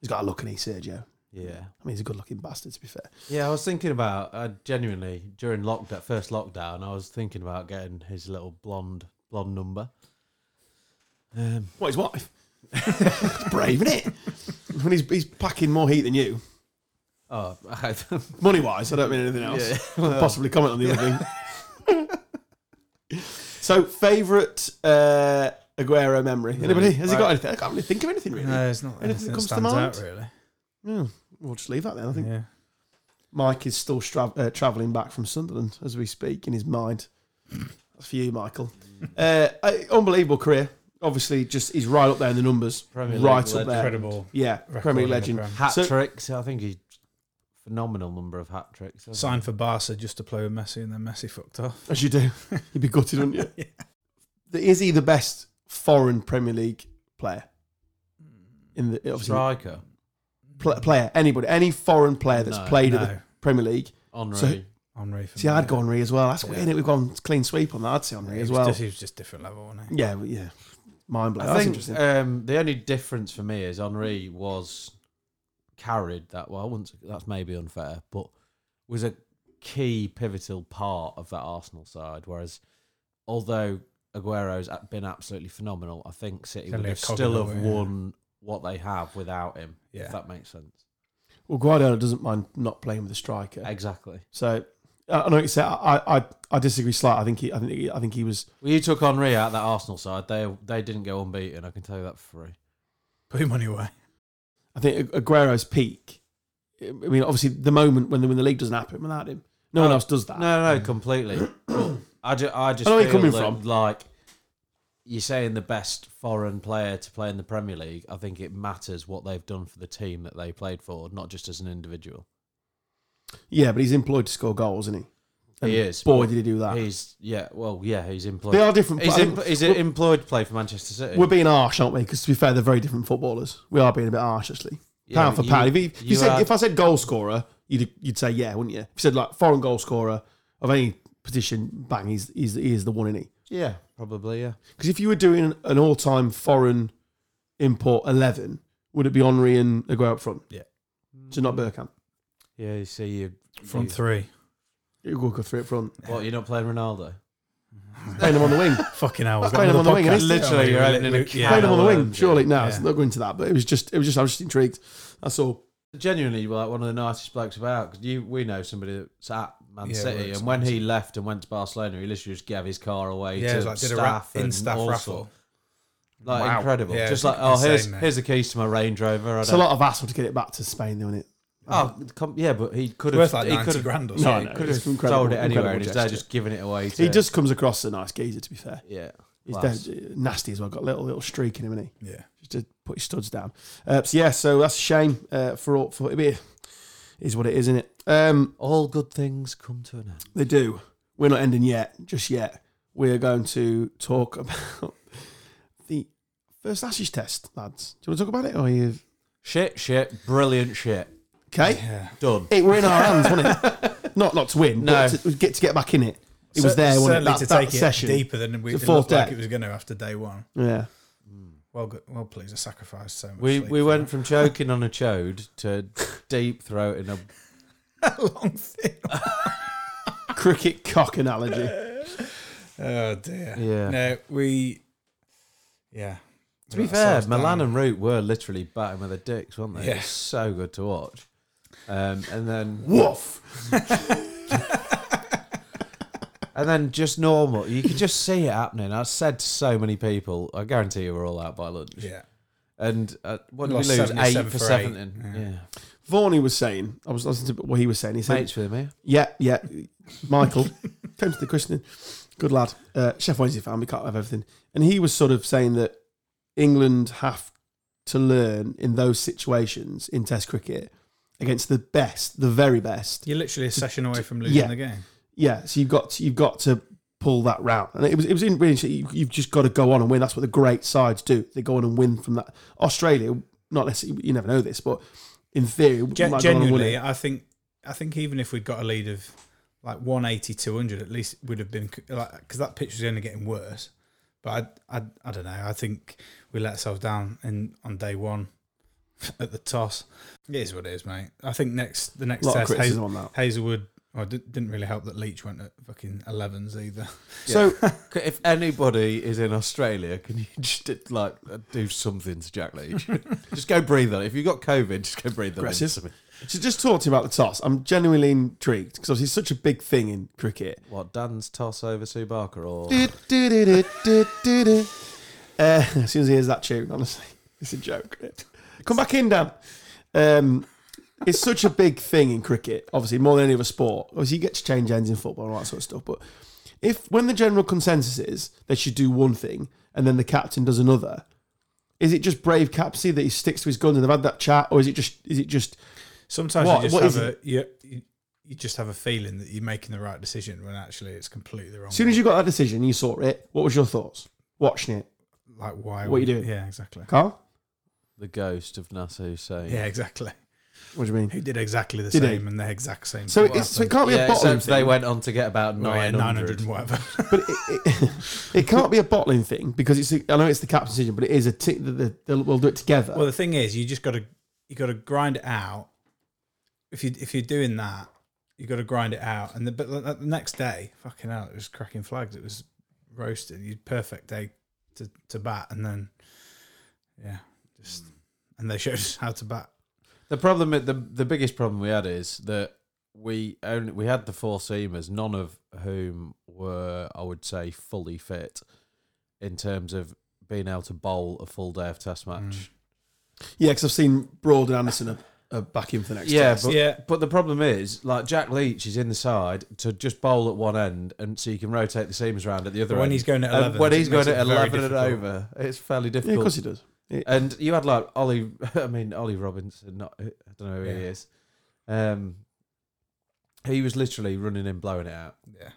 Speaker 1: He's got a look in he, Sergio.
Speaker 2: Yeah.
Speaker 1: I mean, he's a good-looking bastard, to be fair.
Speaker 2: Yeah, I was thinking about I genuinely during lockdown first lockdown, I was thinking about getting his little blonde blonde number. Um,
Speaker 1: What his wife? it's brave, isn't it? When he's he's packing more heat than you,
Speaker 2: oh,
Speaker 1: money wise. I don't mean anything else.
Speaker 2: yeah.
Speaker 1: possibly comment on the other thing. so, favourite uh, Aguero memory? Anybody? Has he got anything? I can't really think of anything really.
Speaker 4: No, it's not
Speaker 1: Anything that
Speaker 4: anything that
Speaker 1: comes to
Speaker 4: stands out
Speaker 1: mind?
Speaker 4: really.
Speaker 1: No. We'll just leave that then. I think
Speaker 4: Yeah.
Speaker 1: Mike is still stra- uh, travelling back from Sunderland as we speak in his mind. That's for you, Michael. Uh, I- unbelievable career. obviously just he's right up there in the numbers,
Speaker 2: Premier League
Speaker 1: right up
Speaker 2: legend.
Speaker 1: there.
Speaker 4: Incredible.
Speaker 1: Yeah,
Speaker 4: record
Speaker 1: Premier League
Speaker 4: in the
Speaker 1: legend.
Speaker 4: Prem.
Speaker 2: Hat
Speaker 1: So-
Speaker 2: tricks. I think he's phenomenal number of hat tricks. hasn't he?
Speaker 4: Signed for Barca just to play with Messi, and then Messi fucked off.
Speaker 1: As you do, you'd be gutted, wouldn't you? Is he the best foreign Premier League player in the obviously
Speaker 2: striker.
Speaker 1: pl- player? Anybody, any foreign player that's
Speaker 2: No,
Speaker 1: played at the
Speaker 4: No,
Speaker 1: Premier League?
Speaker 2: Henri.
Speaker 1: So-
Speaker 4: Henri. for
Speaker 1: See, I'd
Speaker 4: me.
Speaker 1: go Henry as well. That's
Speaker 2: Yeah.
Speaker 1: weird. innit? We've gone clean sweep on that. I'd say Henry
Speaker 4: He
Speaker 1: as
Speaker 4: was
Speaker 1: well.
Speaker 4: Just, he was just different level, wasn't he?
Speaker 1: Yeah, well, yeah. Mind blowing.
Speaker 2: I
Speaker 1: That's interesting.
Speaker 2: think um, the only difference for me is Henri was carried that well. I wouldn't, that's maybe unfair, but was a key pivotal part of that Arsenal side. Whereas, although Aguero's a- been absolutely phenomenal, I think City
Speaker 4: It's
Speaker 2: would
Speaker 4: only a
Speaker 2: have
Speaker 4: cog in
Speaker 2: still
Speaker 4: the
Speaker 2: have
Speaker 4: wheel.
Speaker 2: won what they have without him.
Speaker 4: Yeah.
Speaker 2: If that makes sense.
Speaker 1: well, Guardiola doesn't mind not playing with a striker.
Speaker 2: Exactly.
Speaker 1: So I I know what you said. I, I I disagree slightly. I think he I think he, I think he was
Speaker 2: Well, you took Henri out of that Arsenal side. They they didn't go unbeaten. I can tell you that for free.
Speaker 4: Put him on your way.
Speaker 1: I think Aguero's peak. I mean, obviously the moment when the when the league doesn't happen without him, no one else does that.
Speaker 2: Oh. No, no, no, completely. Um, But I, ju- I just
Speaker 1: I know where
Speaker 2: feel
Speaker 1: you're coming from.
Speaker 2: that, like you're saying the best foreign player to play in the Premier League. I think it matters what they've done for the team that they played for, not just as an individual.
Speaker 1: Yeah, but he's employed to score goals, isn't he? And
Speaker 2: He is,
Speaker 1: Boy,
Speaker 2: but
Speaker 1: did he do that.
Speaker 2: He's yeah, well, yeah, he's employed.
Speaker 1: They are different.
Speaker 2: He's,
Speaker 1: I think
Speaker 2: em- he's
Speaker 1: we're,
Speaker 2: employed to play for Manchester City.
Speaker 1: we're being harsh, aren't we? Because to be fair, they're very different footballers. We are being a bit harsh, actually.
Speaker 2: Yeah,
Speaker 1: pound for
Speaker 2: you-
Speaker 1: pound. If, you, if you
Speaker 2: you
Speaker 1: said,
Speaker 2: are-
Speaker 1: if I said goal scorer, you'd you'd say yeah, wouldn't you? If you said like foreign goal scorer of any position, bang, he's he's he is the one, isn't he?
Speaker 2: yeah, probably yeah.
Speaker 1: Because if you were doing an all-time foreign import eleven, would it be Henri and Aguero up front?
Speaker 4: Yeah.
Speaker 1: so not Burkham.
Speaker 2: Yeah, you see, you
Speaker 4: Front
Speaker 2: you-
Speaker 4: three.
Speaker 1: Aguero three up front,
Speaker 2: What you're not playing Ronaldo?
Speaker 1: playing him on the wing,
Speaker 4: Fucking hell. we've got
Speaker 1: playing him on the
Speaker 4: another
Speaker 1: wing.
Speaker 4: podcast.
Speaker 1: isn't it?
Speaker 2: Literally, you're opening a
Speaker 4: Yeah.
Speaker 1: playing him on the wing.
Speaker 2: Yeah.
Speaker 1: Surely, no, it's
Speaker 4: Yeah.
Speaker 1: not going to that. But it was just, it was just, I was just intrigued. That's all.
Speaker 2: genuinely like one of the nicest blokes about because you we know somebody that's at Man
Speaker 4: Yeah,
Speaker 2: City
Speaker 4: works
Speaker 2: and
Speaker 4: at
Speaker 2: when
Speaker 4: Man
Speaker 2: he left and went to Barcelona he literally just gave his car away
Speaker 4: Yeah, it
Speaker 2: to
Speaker 4: was like did a ra-
Speaker 2: staff
Speaker 4: in
Speaker 2: and
Speaker 4: staff
Speaker 2: all
Speaker 4: raffle.
Speaker 2: sort. like
Speaker 1: Wow.
Speaker 2: incredible
Speaker 4: Yeah,
Speaker 2: just
Speaker 4: it's
Speaker 2: like oh
Speaker 4: insane,
Speaker 2: here's
Speaker 4: mate.
Speaker 2: here's the keys to my Range Rover I
Speaker 1: It's a
Speaker 2: don't-
Speaker 1: lot of hassle to get it back to Spain, though, isn't it?
Speaker 2: oh com- yeah but he could
Speaker 4: Worth
Speaker 2: have
Speaker 4: like
Speaker 2: he could
Speaker 4: 90
Speaker 2: have
Speaker 4: grand or
Speaker 1: No,
Speaker 4: something.
Speaker 1: no,
Speaker 2: could
Speaker 1: it's
Speaker 2: have
Speaker 1: incredible-
Speaker 2: sold it anywhere
Speaker 1: incredible
Speaker 2: and he's there
Speaker 1: gesture.
Speaker 2: just giving it away to,
Speaker 1: He just comes across as a nice geezer, to be fair.
Speaker 2: yeah
Speaker 1: He's
Speaker 2: class.
Speaker 1: de- nasty as well. Got a little little streak in him, isn't he?
Speaker 4: Yeah.
Speaker 1: Just to put his studs down. Uh, so yeah, so that's a shame uh, for all. For it is what it is, isn't it? Um,
Speaker 2: all good things come to an end
Speaker 1: They do. We're not ending yet, just yet. We're going to talk about the first Ashes test, lads. Do you want to talk about it? Or you
Speaker 2: shit shit brilliant shit
Speaker 1: okay?
Speaker 4: Yeah.
Speaker 2: done
Speaker 1: It were in our hands, wasn't it? Not not to win,
Speaker 2: No.
Speaker 1: but to, get to get back in it. It
Speaker 4: Cer-
Speaker 1: was there, wasn't it?
Speaker 4: certainly
Speaker 1: That,
Speaker 4: to
Speaker 1: that
Speaker 4: take it
Speaker 1: session.
Speaker 4: deeper than we
Speaker 1: It's a
Speaker 4: it
Speaker 1: fourth
Speaker 4: looked like
Speaker 1: deck.
Speaker 4: it was going to after day one.
Speaker 1: Yeah,
Speaker 4: Well, good. Well, please, I sacrificed so much.
Speaker 2: we
Speaker 4: sleep
Speaker 2: we
Speaker 4: for
Speaker 2: went from choking on a chode to deep throating a
Speaker 4: that long thing.
Speaker 1: cricket cock analogy.
Speaker 4: Oh dear.
Speaker 2: Yeah.
Speaker 4: No, we. Yeah.
Speaker 2: To be fair, Milan and Root were literally batting with their dicks, weren't they? It
Speaker 4: Yeah.
Speaker 2: was so good to watch. Um, and then
Speaker 1: Woof.
Speaker 2: and then just normal. You could just see it happening. I said to so many people, I guarantee you were all out by lunch.
Speaker 4: Yeah.
Speaker 2: And uh, what did
Speaker 4: Lost
Speaker 2: we lose?
Speaker 4: 70,
Speaker 2: Eight
Speaker 4: seven
Speaker 2: for
Speaker 4: for eight.
Speaker 2: seventeen. Yeah.
Speaker 1: Vaughan was saying, I was listening to what he was saying. He said,
Speaker 2: Mates with me.
Speaker 1: Yeah, yeah. Michael came to the christening. Good lad. Uh, Chef Wednesday fan. We can't have everything. And he was sort of saying that England have to learn in those situations in Test cricket against the best, the very best.
Speaker 4: You're literally a session away from losing
Speaker 1: Yeah.
Speaker 4: the game.
Speaker 1: Yeah. So you've got to, you've got to pull that round. And it was it was in really you, you've just got to go on and win. That's what the great sides do. They go on and win from that. Australia, not necessarily. You never know this, but in theory, might go on
Speaker 4: Gen-
Speaker 1: and win
Speaker 4: genuinely,
Speaker 1: it.
Speaker 4: I think I think even if we'd got a lead of like 180, 200, at least it would have been like because that pitch was only getting worse. But I, I, I don't know. I think we let ourselves down in on day one at the toss. It is what it is, mate. I think next the
Speaker 1: A
Speaker 4: next
Speaker 1: lot of
Speaker 4: test, Hazel,
Speaker 1: criticism on that.
Speaker 4: Hazelwood. Well, it di- didn't really help that Leach went at fucking 11s either.
Speaker 1: So
Speaker 2: C- If anybody is in Australia, can you just like uh, do something to Jack Leach? just go breathe on it. If you've got COVID, just go breathe on it.
Speaker 1: Aggressive. So just talk to me about the toss. I'm genuinely intrigued because obviously it's such a big thing in cricket.
Speaker 2: What Dan's toss over Subaka or
Speaker 1: Du-du-du-du-du-du-du. Uh, as soon as he hears that tune, honestly, it's a joke. Come back in, Dan. Um, it's such a big thing in cricket, obviously, more than any other sport. Obviously, you get to change ends in football and all that sort of stuff, but if when the general consensus is they should do one thing and then the captain does another, is it just brave capsy that he sticks to his guns and they've had that chat, or is it just is it just
Speaker 4: Sometimes
Speaker 1: What-
Speaker 4: you just
Speaker 1: what is
Speaker 4: have a you, you, you just have a feeling that you're making the right decision when actually it's completely the wrong.
Speaker 1: as soon as you got that decision, you saw it. What was your thoughts watching it,
Speaker 4: like why?
Speaker 1: What you
Speaker 4: would-
Speaker 1: doing?
Speaker 4: Yeah, exactly.
Speaker 1: Carl?
Speaker 2: The ghost of Nasser Hussein.
Speaker 4: Yeah, exactly.
Speaker 1: What do you mean?
Speaker 4: Who did exactly the
Speaker 1: Did he?
Speaker 4: same and the exact same.
Speaker 1: So,
Speaker 4: thing
Speaker 1: it's, so it
Speaker 4: happened.
Speaker 1: can't be
Speaker 2: Yeah,
Speaker 1: a bottling
Speaker 2: except
Speaker 1: thing.
Speaker 2: they went on to get about
Speaker 4: Well, yeah,
Speaker 2: 900.
Speaker 4: 900 and whatever.
Speaker 1: but it, it, it can't be a bottling thing because it's. A, I know it's the captain's decision, but it is a tick that the, they'll we'll do it together.
Speaker 4: Well, the thing is, you just got to you got to grind it out. If you if you're doing that, you got to grind it out. And the, but the the next day, fucking hell, it was cracking flags. It was roasting. You perfect day to to bat, and then yeah, just and they showed us how to bat.
Speaker 2: The problem, the the biggest problem we had is that we only we had the four seamers, none of whom were, I would say, fully fit in terms of being able to bowl a full day of Test
Speaker 4: Mm.
Speaker 2: match.
Speaker 1: yeah, because I've seen Broad and Anderson are, are back in for the next.
Speaker 2: Yeah,
Speaker 1: test.
Speaker 2: but,
Speaker 4: yeah.
Speaker 2: but the problem is, like Jack Leach is in the side to just bowl at one end, and so you can rotate the seamers around at the other
Speaker 4: But when
Speaker 2: end.
Speaker 4: he's going at
Speaker 2: And
Speaker 4: 11,
Speaker 2: when
Speaker 4: it
Speaker 2: he's
Speaker 4: makes
Speaker 2: going at
Speaker 4: it very
Speaker 2: eleven and
Speaker 4: difficult.
Speaker 2: over, it's fairly
Speaker 1: yeah, of
Speaker 2: difficult.
Speaker 1: course he does.
Speaker 2: And you had like Ollie, I mean Ollie Robinson. Not, I don't know who he
Speaker 4: Yeah.
Speaker 2: is. Um, he was literally running in, blowing it out.
Speaker 4: Yeah,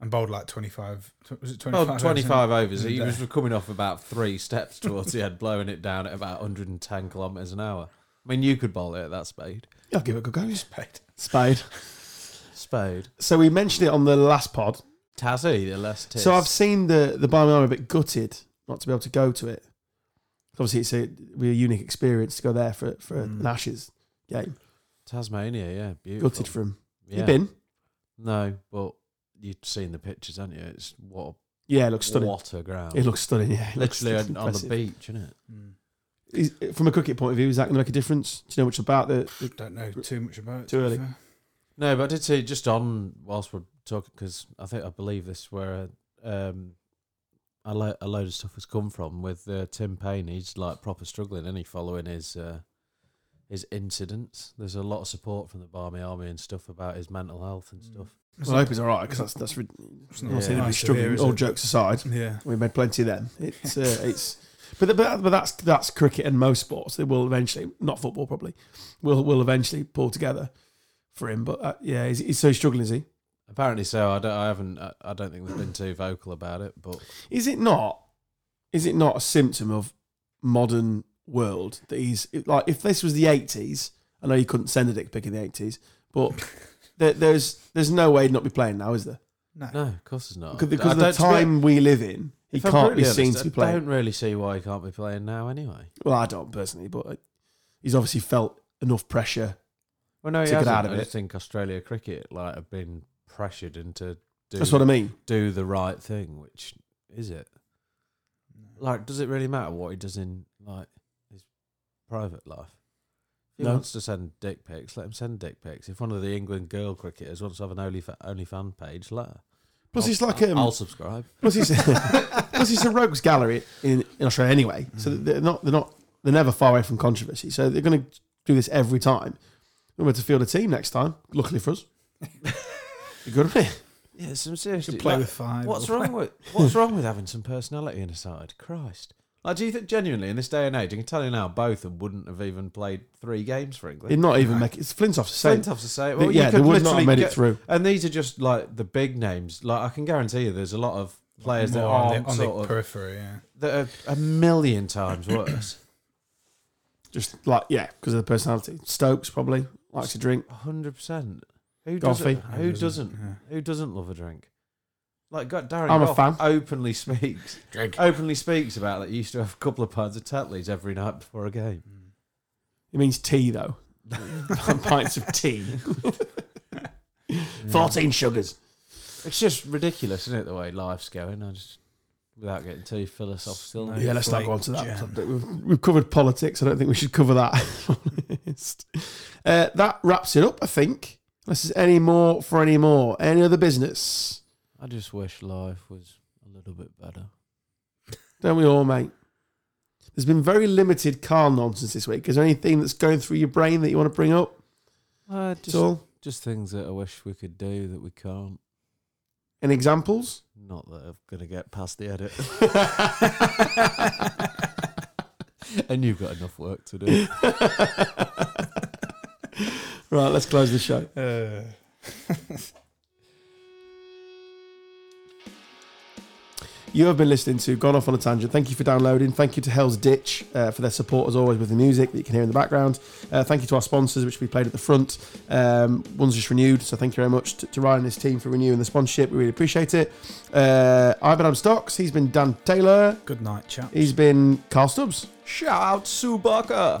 Speaker 4: and bowled like 25. tw- Was it
Speaker 1: Oh,
Speaker 4: 25?
Speaker 2: Well, 25 overs.
Speaker 4: in a
Speaker 2: He
Speaker 4: day.
Speaker 2: was coming off about three steps towards the end, blowing it down at about 110 kilometres an hour. I mean, you could bowl it at that speed.
Speaker 1: Yeah, I'll give it a good go.
Speaker 4: Paid.
Speaker 1: Spade.
Speaker 2: Spade.
Speaker 1: So we mentioned it on the last pod.
Speaker 2: Tassie, the less tis.
Speaker 1: So I've seen the the Bayern Army a bit gutted not to be able to go to it. Obviously, it's a really unique experience to go there for for an Ashes game.
Speaker 2: Tasmania, yeah. Beautiful.
Speaker 1: Gutted for him.
Speaker 2: yeah.
Speaker 1: You been?
Speaker 2: No, but you've seen the pictures, haven't you? It's what
Speaker 1: Yeah, it
Speaker 2: a,
Speaker 1: looks stunning.
Speaker 2: what a ground.
Speaker 1: It looks stunning. Yeah, It looks-
Speaker 2: Literally
Speaker 1: looks
Speaker 2: on, on the
Speaker 1: impressive.
Speaker 2: beach, isn't it?
Speaker 4: Mm.
Speaker 1: Is, uh, from a cricket point of view, is that going to make a difference? Do you know much about the? the
Speaker 4: Don't know too much about it.
Speaker 1: Too
Speaker 4: to be
Speaker 1: early.
Speaker 4: fair.
Speaker 2: No, but I did see just on whilst we're talking because I think I believe this where um, a, lo- a load of stuff has come from with uh, Tim Payne. He's like proper struggling, and he following his uh, his incidents. There's a lot of support from the Barmy Army and stuff about his mental health
Speaker 1: Mm.
Speaker 2: and stuff.
Speaker 1: well, I hope he's all right because that's that's. rid-
Speaker 4: It's
Speaker 1: I'm
Speaker 4: not
Speaker 1: not
Speaker 2: Yeah.
Speaker 1: saying he's
Speaker 4: nice to
Speaker 1: struggling.
Speaker 4: hear, is
Speaker 1: all
Speaker 4: it?
Speaker 1: jokes aside,
Speaker 4: Yeah.
Speaker 1: we've made plenty of them. It's uh, it's. But, the, but but that's that's cricket and most sports. They will eventually, not football probably, will will eventually pull together for him. But uh, yeah, he's, he's so struggling, is he?
Speaker 2: Apparently so. I don't. I haven't. I, I don't think they've been too vocal about it, but
Speaker 1: Is it not? Is it not a symptom of modern world that he's like? If this was the eighties, I know you couldn't send a dick pic in the eighties, but there, there's there's no way he'd not be playing now, is there?
Speaker 2: Oh, no, of course it's not.
Speaker 1: Because,
Speaker 2: I
Speaker 1: because of the
Speaker 2: don't- to be-
Speaker 1: time we live in, he
Speaker 2: if I'm
Speaker 1: can't
Speaker 2: brutally
Speaker 1: be seen
Speaker 2: honest,
Speaker 1: to be
Speaker 2: I
Speaker 1: playing.
Speaker 2: don't really see why he can't be playing now. Anyway,
Speaker 1: Well, I don't personally, but uh, he's obviously felt enough pressure.
Speaker 2: well, no, he
Speaker 1: To get
Speaker 2: hasn't.
Speaker 1: out of
Speaker 2: I just
Speaker 1: it.
Speaker 2: think Australia cricket like have been pressured into. doing.
Speaker 1: That's what I mean.
Speaker 2: do the right thing, which is it? Like, does it really matter what he does in like his private life? If he
Speaker 1: No.
Speaker 2: wants to send dick pics, let him send dick pics. If one of the England girl cricketers wants to have an only OnlyFan page, let her.
Speaker 1: Plus,
Speaker 2: I'll-
Speaker 1: it's like
Speaker 2: I'll,
Speaker 1: um,
Speaker 2: I'll subscribe.
Speaker 1: plus it's plus it's a rogues gallery in, in Australia anyway, so they're not they're not they're never far away from controversy. So they're going to do this every time. We're going to field a team next time. Luckily for us, you good with it.
Speaker 2: Yeah, some
Speaker 4: Could
Speaker 2: seriously.
Speaker 4: play
Speaker 2: like,
Speaker 4: with five.
Speaker 2: what's
Speaker 4: or-
Speaker 2: wrong with What's wrong with having some personality in a side? Christ. Like, do you think genuinely in this day and age, I can tell you now, both of them wouldn't have even played three games for England.
Speaker 1: They're not even make it. It's Flintoff's the same.
Speaker 2: Flint have to say,
Speaker 1: They-
Speaker 2: well,
Speaker 1: yeah,
Speaker 2: you
Speaker 1: they would
Speaker 2: could
Speaker 1: not have
Speaker 2: literally
Speaker 1: made it
Speaker 2: get-
Speaker 1: through.
Speaker 2: And these are just like the big names. Like I can guarantee you, there's a lot of players that
Speaker 4: More
Speaker 2: are
Speaker 4: on the, on the
Speaker 2: sort of,
Speaker 4: periphery? Yeah.
Speaker 2: that are a million times worse.
Speaker 1: Just like yeah, because of the personality. Stokes probably likes to drink.
Speaker 2: hundred percent. Who
Speaker 1: Goffey.
Speaker 2: doesn't? Who
Speaker 4: Who doesn't,
Speaker 2: doesn't?
Speaker 4: yeah.
Speaker 2: Who doesn't love a drink? Like got Darren
Speaker 1: I'm a
Speaker 2: Goff
Speaker 1: fan.
Speaker 2: openly speaks
Speaker 4: Drink.
Speaker 2: openly speaks about that. He used to have a couple of pints of Tatleys every night before a game.
Speaker 1: It means tea though. Pints of tea. Fourteen sugars.
Speaker 2: It's just ridiculous, isn't it? The way life's going. I just without getting too philosophical.
Speaker 4: No.
Speaker 1: Yeah, let's not
Speaker 4: Flake
Speaker 1: go on to that
Speaker 4: jam.
Speaker 1: subject. We've, we've covered politics. I don't think we should cover that. uh, that wraps it up, I think. Unless there's any more for any more. Any other business?
Speaker 2: I just wish life was a little bit better.
Speaker 1: Don't we all, mate? There's been very limited Carl nonsense this week. Is there anything that's going through your brain that you want to bring up
Speaker 2: Uh,
Speaker 1: at all?
Speaker 2: Just things that I wish we could do that we can't.
Speaker 1: Any examples?
Speaker 2: Not that I'm going to get past the edit. and you've got enough work to do.
Speaker 1: Right, let's close the show.
Speaker 4: Uh,
Speaker 1: You have been listening to Gone Off on a Tangent. Thank you for downloading. Thank you to Hell's Ditch uh, for their support, as always, with the music that you can hear in the background. Uh, thank you to our sponsors, which we played at the front. Um, one's just renewed, so thank you very much to, to Ryan and his team for renewing the sponsorship. We really appreciate it. Uh, I've been Adam Stocks. He's been Dan Taylor.
Speaker 4: good night, chap.
Speaker 1: He's been Carl Stubbs.
Speaker 2: Shout out Subaka.